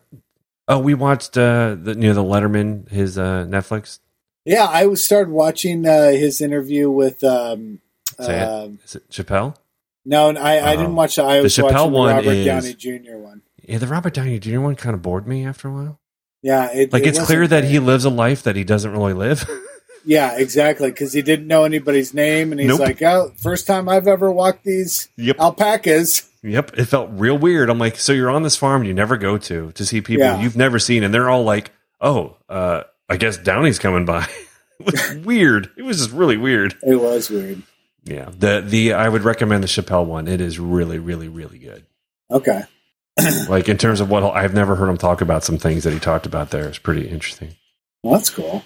[SPEAKER 4] Oh, we watched uh, the you know the Letterman his uh, Netflix.
[SPEAKER 1] Yeah, I was- started watching uh, his interview with. Um,
[SPEAKER 4] Say it.
[SPEAKER 1] um,
[SPEAKER 4] Is it Chappelle?
[SPEAKER 1] no, I, I
[SPEAKER 4] Um,
[SPEAKER 1] didn't watch. that. I
[SPEAKER 4] the
[SPEAKER 1] was
[SPEAKER 4] Chappelle
[SPEAKER 1] watching the
[SPEAKER 4] one
[SPEAKER 1] Robert
[SPEAKER 4] is-
[SPEAKER 1] Downey Jr. one.
[SPEAKER 4] Yeah, the Robert Downey Jr. one kind of bored me after a while.
[SPEAKER 1] Yeah, it,
[SPEAKER 4] Like
[SPEAKER 1] it
[SPEAKER 4] it's
[SPEAKER 1] wasn't
[SPEAKER 4] clear that he
[SPEAKER 1] great.
[SPEAKER 4] lives a life that he doesn't really live.
[SPEAKER 1] Yeah, exactly, because he didn't know anybody's name, and he's
[SPEAKER 4] Nope.
[SPEAKER 1] like, "Oh, first time I've ever walked these
[SPEAKER 4] yep,
[SPEAKER 1] alpacas."
[SPEAKER 4] yep. It felt real weird. I'm like, so you're on this farm you never go to to see people
[SPEAKER 1] Yeah.
[SPEAKER 4] you've never seen, and they're all like, oh, uh, I guess Downey's coming by. it was weird. It was just really weird.
[SPEAKER 1] It was weird.
[SPEAKER 4] Yeah. The the I would recommend the Chappelle one. It is really really really good.
[SPEAKER 1] Okay,
[SPEAKER 4] like in terms of what I've never heard him talk about some things that he talked about there. It's pretty interesting.
[SPEAKER 1] well, that's cool.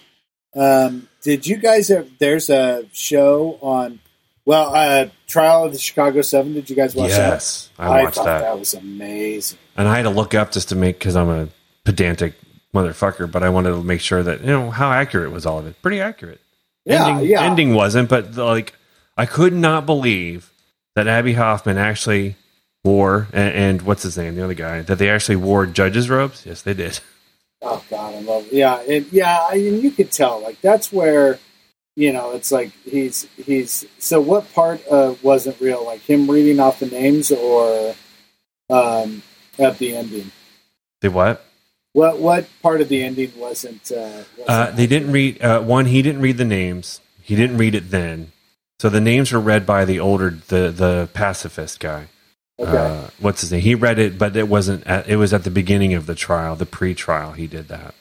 [SPEAKER 1] Um, did you guys? Have, there's a show on. Well, uh, Trial of the Chicago Seven. Did you guys watch
[SPEAKER 4] yes,
[SPEAKER 1] that?
[SPEAKER 4] I watched
[SPEAKER 1] thought
[SPEAKER 4] that.
[SPEAKER 1] was amazing.
[SPEAKER 4] and I had to look up just to make because I'm a pedantic motherfucker, but I wanted to make sure that you know how accurate was all of it. Pretty accurate.
[SPEAKER 1] Yeah,
[SPEAKER 4] ending,
[SPEAKER 1] yeah.
[SPEAKER 4] ending wasn't, but like I could not believe that Abby Hoffman actually wore and, and what's his name, the other guy, that they actually wore judges robes. Yes, they did.
[SPEAKER 1] Oh God, I love yeah, and yeah, I mean you could tell like that's where you know it's like he's he's so what part uh, wasn't real like him reading off the names or um, at the ending
[SPEAKER 4] They what?
[SPEAKER 1] what what part of the ending wasn't, uh, wasn't
[SPEAKER 4] Uh, they didn't read uh, one. He didn't read the names. He didn't read it then. So the names were read by the older, the the pacifist guy.
[SPEAKER 1] okay
[SPEAKER 4] Uh, what's his name? He read it, but it wasn't. At, it was at the beginning of the trial, the pre-trial. He did that,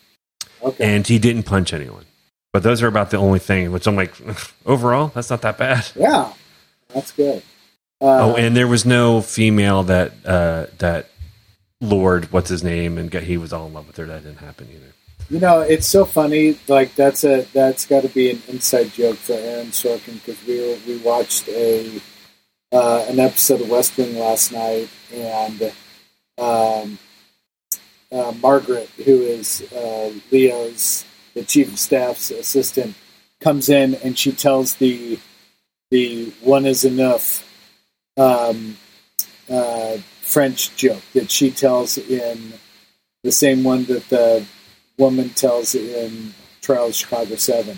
[SPEAKER 1] okay
[SPEAKER 4] and he didn't punch anyone. But those are about the only thing. Which I'm like, overall, that's not that bad.
[SPEAKER 1] yeah that's good uh,
[SPEAKER 4] Oh, and there was no female that uh, that Lord, what's his name, and got, he was all in love with her. That didn't happen either.
[SPEAKER 1] you know it's so funny like that's a that's got to be an inside joke for Aaron Sorkin because we were, we watched a uh, an episode of West Wing last night and um, uh, Margaret who is uh, Leo's the chief of staff's assistant comes in and she tells the the one is enough um, uh, French joke that she tells in the same one that the woman tells in Trial of Chicago 7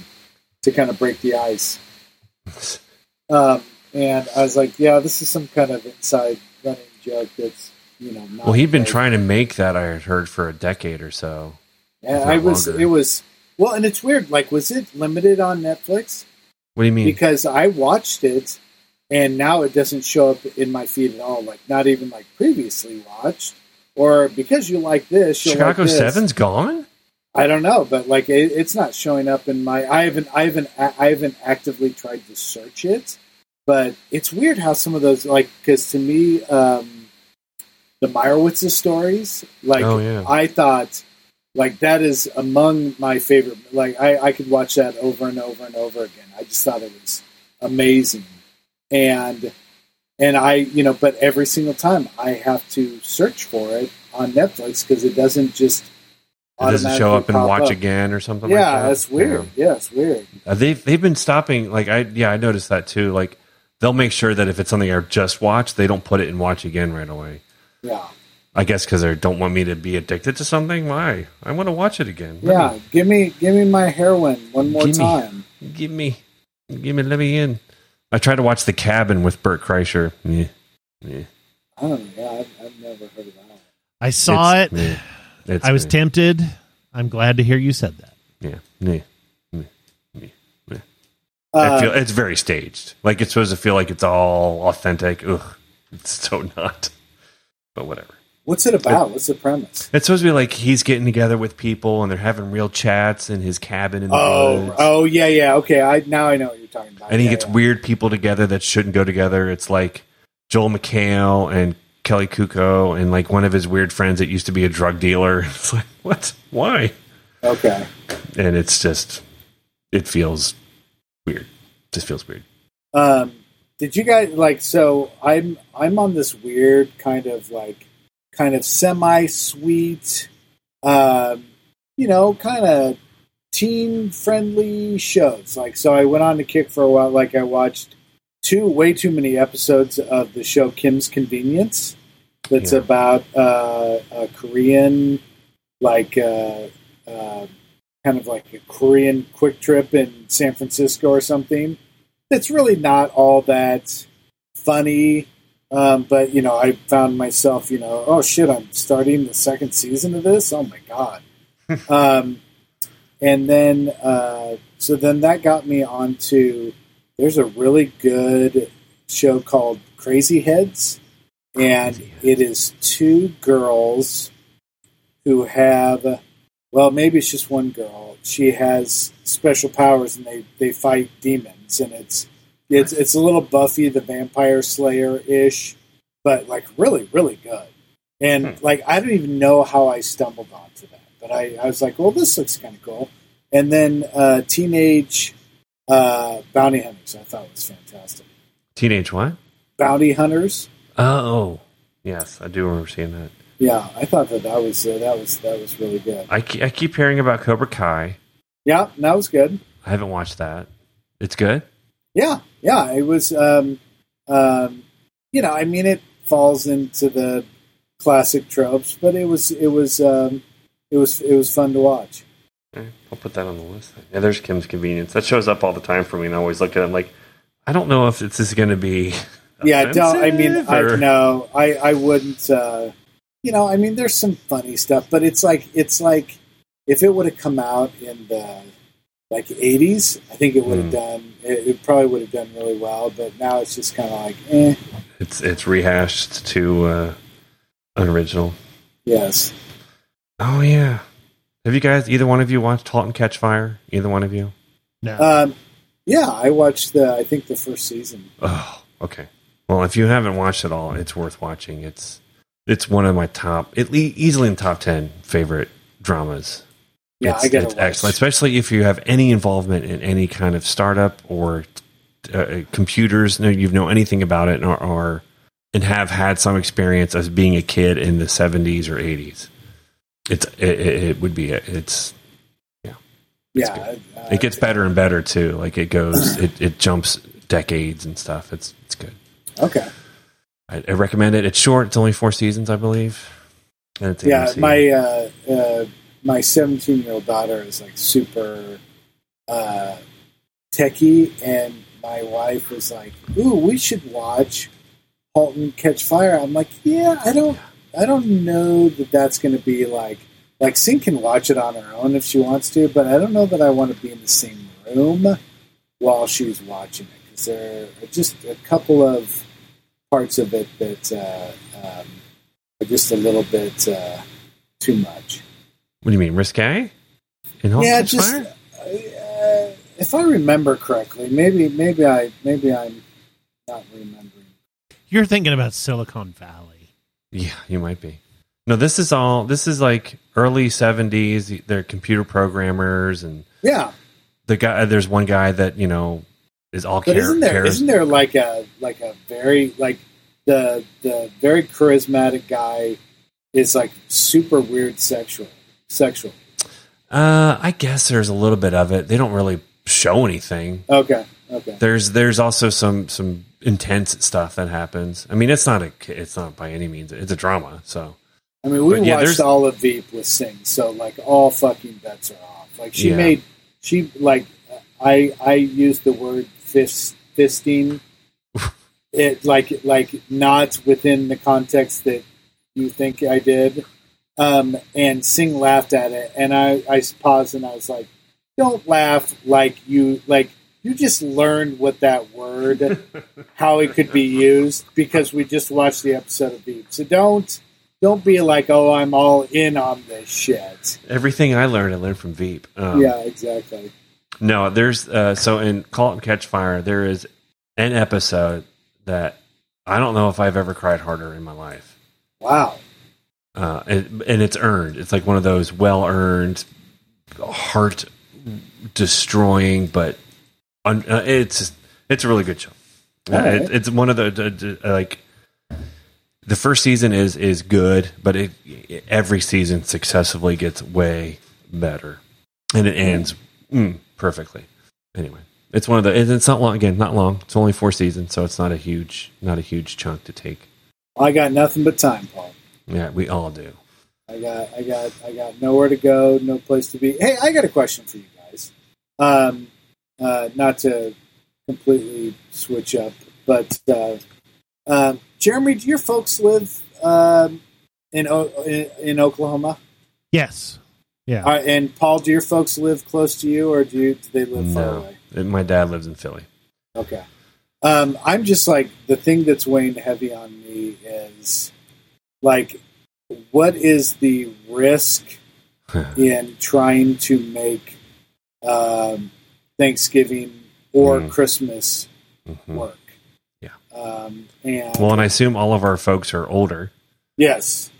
[SPEAKER 1] to kind of break the ice. Um, and I was like, yeah, this is some kind of inside running joke that's, you know, not
[SPEAKER 4] Well, he'd been
[SPEAKER 1] like-
[SPEAKER 4] trying to make that. I had heard for a decade or so.
[SPEAKER 1] And
[SPEAKER 4] if
[SPEAKER 1] I
[SPEAKER 4] not
[SPEAKER 1] was,
[SPEAKER 4] longer.
[SPEAKER 1] it was, well, and it's weird. Like, was it limited on Netflix?
[SPEAKER 4] What do you mean?
[SPEAKER 1] Because I watched it and now it doesn't show up in my feed at all. Like, not even like previously watched. Or because you like this, you'll
[SPEAKER 4] Chicago
[SPEAKER 1] like this.
[SPEAKER 4] Seven's gone.
[SPEAKER 1] I don't know, but like it, it's not showing up in my. I haven't, I haven't, I haven't actively tried to search it, but it's weird how some of those like because to me, um, the Meyerowitz stories. Like
[SPEAKER 4] Oh, yeah.
[SPEAKER 1] I thought, like that is among my favorite. Like I, I could watch that over and over and over again. I just thought it was amazing, and and I you know, but every single time I have to search for it on Netflix because it doesn't just
[SPEAKER 4] It doesn't show
[SPEAKER 1] automatically
[SPEAKER 4] up and
[SPEAKER 1] pop
[SPEAKER 4] watch
[SPEAKER 1] up.
[SPEAKER 4] again or something like that.
[SPEAKER 1] Yeah, that's weird. Yeah. it's weird.
[SPEAKER 4] Uh, they've they've been stopping like I yeah, I noticed that too. Like they'll make sure that if it's something I just watched, they don't put it in watch again right away.
[SPEAKER 1] Yeah,
[SPEAKER 4] I guess because they don't want me to be addicted to something. Why? I want to watch it again. Let
[SPEAKER 1] yeah. Give me, give me my heroin one more
[SPEAKER 4] Gimme.
[SPEAKER 1] time.
[SPEAKER 4] me- give me, give me, let me in. I tried to watch The Cabin with Burt Kreischer. Yeah, yeah.
[SPEAKER 1] I don't know. Yeah, I've, I've never heard of that. one.
[SPEAKER 2] I saw
[SPEAKER 4] It's-
[SPEAKER 2] it.
[SPEAKER 4] yeah. It's
[SPEAKER 2] I was
[SPEAKER 4] me.
[SPEAKER 2] tempted. I'm glad to hear you said that.
[SPEAKER 4] yeah, yeah.
[SPEAKER 1] Uh,
[SPEAKER 4] I feel it's very staged. Like it's supposed to feel like it's all authentic. Ugh, it's so not. But whatever.
[SPEAKER 1] what's it about? What's the premise?
[SPEAKER 4] It's supposed to be like he's getting together with people and they're having real chats in his cabin in the
[SPEAKER 1] Oh,
[SPEAKER 4] woods.
[SPEAKER 1] oh yeah, yeah. Okay, I now I know what you're talking about.
[SPEAKER 4] and he
[SPEAKER 1] Yeah,
[SPEAKER 4] gets
[SPEAKER 1] yeah.
[SPEAKER 4] weird people together that shouldn't go together. It's like Joel McHale and Kelly Kuko and like one of his weird friends that used to be a drug dealer. It's like what? Why?
[SPEAKER 1] Okay,
[SPEAKER 4] And it's just it feels weird. Just feels weird.
[SPEAKER 1] um, did you guys like? So I'm I'm on this weird kind of like kind of semi sweet, um, you know, kind of teen friendly shows. Like, so I went on to kick for a while. Like, I watched two way too many episodes of the show Kim's Convenience. That's
[SPEAKER 4] Yeah.
[SPEAKER 1] about uh, a Korean, like, uh, uh, kind of like a Korean quick trip in San Francisco or something. It's really not all that funny. Um, but you know, I found myself, you know, oh shit, I'm starting the second season of this. Oh my god! um, and then, uh, so then that got me onto. There's a really good show called Crazy Heads, and
[SPEAKER 4] Crazy Heads.
[SPEAKER 1] it is two girls who have, well, maybe it's just one girl. She has special powers, and they they fight demons, and it's it's it's a little Buffy the Vampire Slayer ish, but like really really good. And like I don't even know how I stumbled onto that, but I, I was like, well, this looks kind of cool. And then uh, teenage uh, bounty hunters, I thought was fantastic.
[SPEAKER 4] Teenage what?
[SPEAKER 1] Bounty hunters,
[SPEAKER 4] Oh, yes, I do remember seeing that.
[SPEAKER 1] yeah, I thought that that was uh, that was that was really good.
[SPEAKER 4] I, ke- I keep hearing about Cobra Kai.
[SPEAKER 1] Yeah, that was good.
[SPEAKER 4] I haven't watched that. It's good.
[SPEAKER 1] Yeah, yeah, it was. Um, um, you know, I mean, it falls into the classic tropes, but it was it was um, it was it was fun to watch.
[SPEAKER 4] Alright, I'll put that on the list. Yeah, there's Kim's Convenience. That shows up all the time for me, and I always look at it I'm like, I don't know if this is going to be.
[SPEAKER 1] yeah don't i mean
[SPEAKER 4] offensive
[SPEAKER 1] i
[SPEAKER 4] or-
[SPEAKER 1] no i i wouldn't uh you know i mean there's some funny stuff but it's like it's like if it would have come out in the like 80s i think it would have
[SPEAKER 4] Mm.
[SPEAKER 1] done it, it probably would have done really well but now it's just kind of like eh
[SPEAKER 4] It's it's rehashed to uh, unoriginal.
[SPEAKER 1] yes
[SPEAKER 4] Oh yeah. Have you guys either one of you watched *Halt and Catch Fire*? Either one of you?
[SPEAKER 2] No.
[SPEAKER 1] um yeah i watched the i think the first season
[SPEAKER 4] Oh, okay. Well, if you haven't watched it all, it's worth watching. It's it's one of my top, at least easily in the top ten favorite dramas.
[SPEAKER 1] yeah
[SPEAKER 4] it's,
[SPEAKER 1] i gotta
[SPEAKER 4] it's
[SPEAKER 1] watch.
[SPEAKER 4] excellent, especially if you have any involvement in any kind of startup or uh, computers. No, you know anything about it, or, or and have had some experience as being a kid in the seventies or eighties. It's it, it it would be it's
[SPEAKER 1] yeah uh,
[SPEAKER 4] it gets better and better too. Like it goes, it, it jumps decades and stuff. It's it's good.
[SPEAKER 1] okay
[SPEAKER 4] I, I recommend it. It's short. It's only four seasons, I believe. And it's
[SPEAKER 1] yeah,
[SPEAKER 4] AMC.
[SPEAKER 1] my uh, uh, my seventeen year old daughter is like super uh, techie, and my wife was like, "Ooh, we should watch *Halt and Catch Fire." I'm like, "Yeah, I don't, I don't know that that's going to be like like Sin can watch it on her own if she wants to, but I don't know that I want to be in the same room while she's watching it because there are just a couple of parts of it that." Uh, um, are just a little bit uh, too much.
[SPEAKER 4] what do you mean risque? In Halt
[SPEAKER 1] yeah,
[SPEAKER 4] Catch
[SPEAKER 1] just
[SPEAKER 4] Fire?
[SPEAKER 1] uh, if I remember correctly, maybe maybe I maybe I'm not remembering.
[SPEAKER 2] You're thinking about Silicon Valley.
[SPEAKER 4] Yeah, you might be. No, this is all. This is like early seventies. They're computer programmers, and
[SPEAKER 1] Yeah,
[SPEAKER 4] the guy. There's one guy that you know is all.
[SPEAKER 1] but
[SPEAKER 4] char-
[SPEAKER 1] isn't there
[SPEAKER 4] charis-
[SPEAKER 1] not there like a like a very like the the very charismatic guy is like super weird sexual sexual.
[SPEAKER 4] Uh, I guess there's a little bit of it. They don't really show anything.
[SPEAKER 1] Okay, okay.
[SPEAKER 4] There's there's also some some intense stuff that happens. I mean, it's not a it's not by any means it's a drama. So
[SPEAKER 1] I mean, we
[SPEAKER 4] But yeah,
[SPEAKER 1] watched
[SPEAKER 4] there's-
[SPEAKER 1] all of Veep with Singh, so like all fucking bets are off. Like she
[SPEAKER 4] Yeah.
[SPEAKER 1] made she like I I used the word fist, fisting. It like like not within the context that you think I did. Um, and Singh laughed at it, and I I paused and I was like, "Don't laugh like you like you just learned what that word how it could be used because we just watched the episode of Veep. So don't don't be like, oh, I'm all in on this shit.
[SPEAKER 4] everything I learned, I learned from Veep. Um,
[SPEAKER 1] yeah, exactly.
[SPEAKER 4] No, there's uh, so in Call It and Catch Fire, there is an episode that I don't know if I've ever cried harder in my life,
[SPEAKER 1] Wow.
[SPEAKER 4] uh, and, and it's earned. It's like one of those well earned, heart destroying, but un- uh, it's it's a really good show. Uh,
[SPEAKER 1] All right.
[SPEAKER 4] it, it's one of the, the, the like the first season is is good, but it, every season successively gets way better, and it ends mm, perfectly. Anyway, it's one of the. and It's not long again. Not long. It's only four seasons, so it's not a huge not a huge chunk to take.
[SPEAKER 1] I got nothing but time, Paul.
[SPEAKER 4] Yeah, we all do.
[SPEAKER 1] I got I got I got nowhere to go, no place to be. Hey, I got a question for you guys. Um, uh, not to completely switch up, but uh, um Jeremy, do your folks live um, in, o- in in Oklahoma?
[SPEAKER 2] Yes. Yeah.
[SPEAKER 1] Uh, and Paul, do your folks live close to you, or do you do they live far
[SPEAKER 4] No,
[SPEAKER 1] away?
[SPEAKER 4] my dad lives in Philly.
[SPEAKER 1] Okay. Um, I'm just like the thing that's weighing heavy on me is like, what is the risk in trying to make um, Thanksgiving or
[SPEAKER 4] Mm.
[SPEAKER 1] Christmas
[SPEAKER 4] Mhm.
[SPEAKER 1] work?
[SPEAKER 4] Yeah.
[SPEAKER 1] Um, and
[SPEAKER 4] Well, and I assume all of our folks are older,
[SPEAKER 1] yes.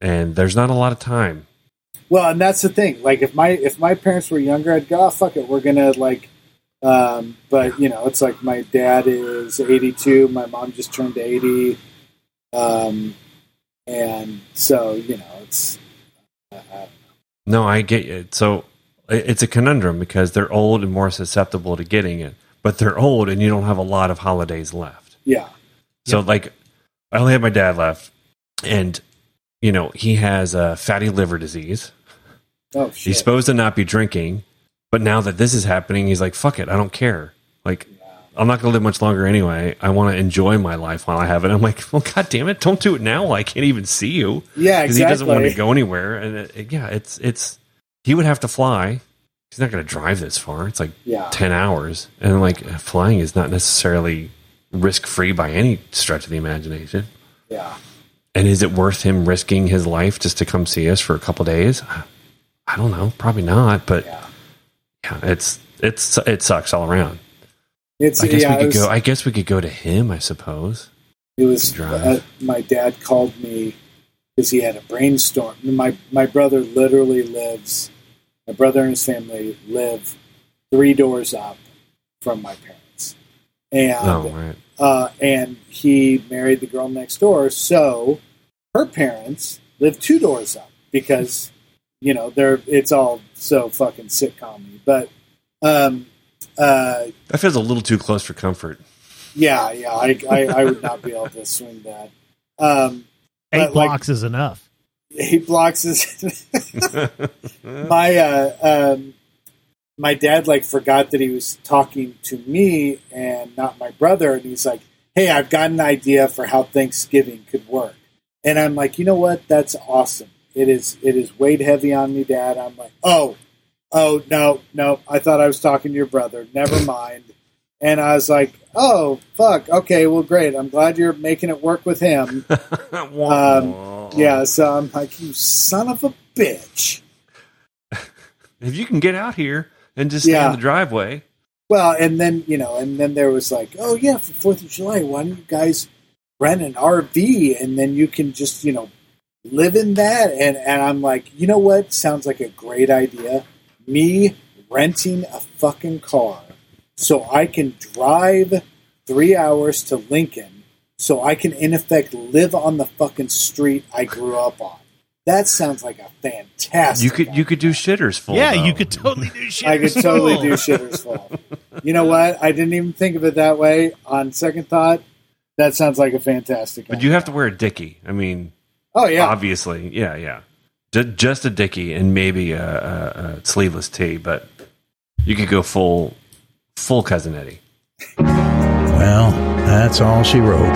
[SPEAKER 4] and there's not a lot of time.
[SPEAKER 1] Well, and that's the thing. Like, if my if my parents were younger, I'd go, oh, fuck it, we're gonna like. Um, but you know, it's like my dad is 82, my mom just turned 80, um, and so you know, it's uh, uh,
[SPEAKER 4] No, I get it. So i- it's a conundrum because they're old and more susceptible to getting it, but they're old and you don't have a lot of holidays left.
[SPEAKER 1] yeah,
[SPEAKER 4] So, like, I only have my dad left, and you know he has uh, fatty liver disease.
[SPEAKER 1] oh
[SPEAKER 4] He's
[SPEAKER 1] shit,
[SPEAKER 4] supposed to not be drinking, but now that this is happening, he's like, "Fuck it, I don't care." Like, I'm not gonna live much longer anyway. I want to enjoy my life while I have it. I'm like, "Well, god damn it, don't do it now while I can't even see you."
[SPEAKER 1] yeah,
[SPEAKER 4] because he doesn't want to
[SPEAKER 1] exactly.
[SPEAKER 4] go anywhere. And it, it- yeah, it's it's he would have to fly. He's not going to drive this far. It's like
[SPEAKER 1] Yeah.
[SPEAKER 4] ten hours, and like flying is not necessarily risk free by any stretch of the imagination.
[SPEAKER 1] Yeah,
[SPEAKER 4] And is it worth him risking his life just to come see us for a couple days? I don't know. Probably not. But
[SPEAKER 1] Yeah.
[SPEAKER 4] yeah, it's it's it sucks all around.
[SPEAKER 1] it's
[SPEAKER 4] I guess
[SPEAKER 1] yeah,
[SPEAKER 4] we
[SPEAKER 1] it
[SPEAKER 4] could
[SPEAKER 1] was,
[SPEAKER 4] go. I guess we could go to him. I suppose.
[SPEAKER 1] It was
[SPEAKER 4] Drive.
[SPEAKER 1] uh, my dad called me because he had a brainstorm. My my brother literally lives. My brother and his family live three doors up from my parents, and
[SPEAKER 4] Oh right.
[SPEAKER 1] uh, and he married the girl next door. So her parents live two doors up because you know they're it's all so fucking sitcom. But um, uh,
[SPEAKER 4] That feels a little too close for comfort.
[SPEAKER 1] yeah, yeah, I, I, I would not be able to swing that. Um,
[SPEAKER 2] Eight
[SPEAKER 1] but, like-
[SPEAKER 2] blocks is enough.
[SPEAKER 1] he blocks his
[SPEAKER 4] Um,
[SPEAKER 1] my uh, um, my dad like forgot that he was talking to me and not my brother and he's like hey i've got an idea for how thanksgiving could work and i'm like you know what that's awesome it is it is weighed heavy on me dad i'm like oh oh no no i thought i was talking to your brother never mind and i was like oh fuck okay well great i'm glad you're making it work with him Um, yeah, so I'm like, you son of a bitch.
[SPEAKER 4] if you can get out here and just
[SPEAKER 1] Yeah.
[SPEAKER 4] stay in the driveway.
[SPEAKER 1] Well, and then you know, and then there was like, oh yeah, for Fourth of July, why don't you guys rent an RV and then you can just, you know, live in that. And, and I'm like, you know what? Sounds like a great idea. Me renting a fucking car so I can drive three hours to Lincoln so I can, in effect, live on the fucking street I grew up on. That sounds like a fantastic.
[SPEAKER 4] You could you could do shitters full.
[SPEAKER 2] yeah,
[SPEAKER 4] though.
[SPEAKER 2] you could totally do shit.
[SPEAKER 1] I could totally do Shivers Fall. You know what? I didn't even think of it that way. On second thought, that sounds like a fantastic.
[SPEAKER 4] But you have to wear a dickie. I mean,
[SPEAKER 1] Oh yeah,
[SPEAKER 4] obviously, yeah, yeah. Ju- Just a dickie and maybe a, a, a sleeveless tee, but you could go full full cousin Eddie.
[SPEAKER 3] Well, that's all she wrote.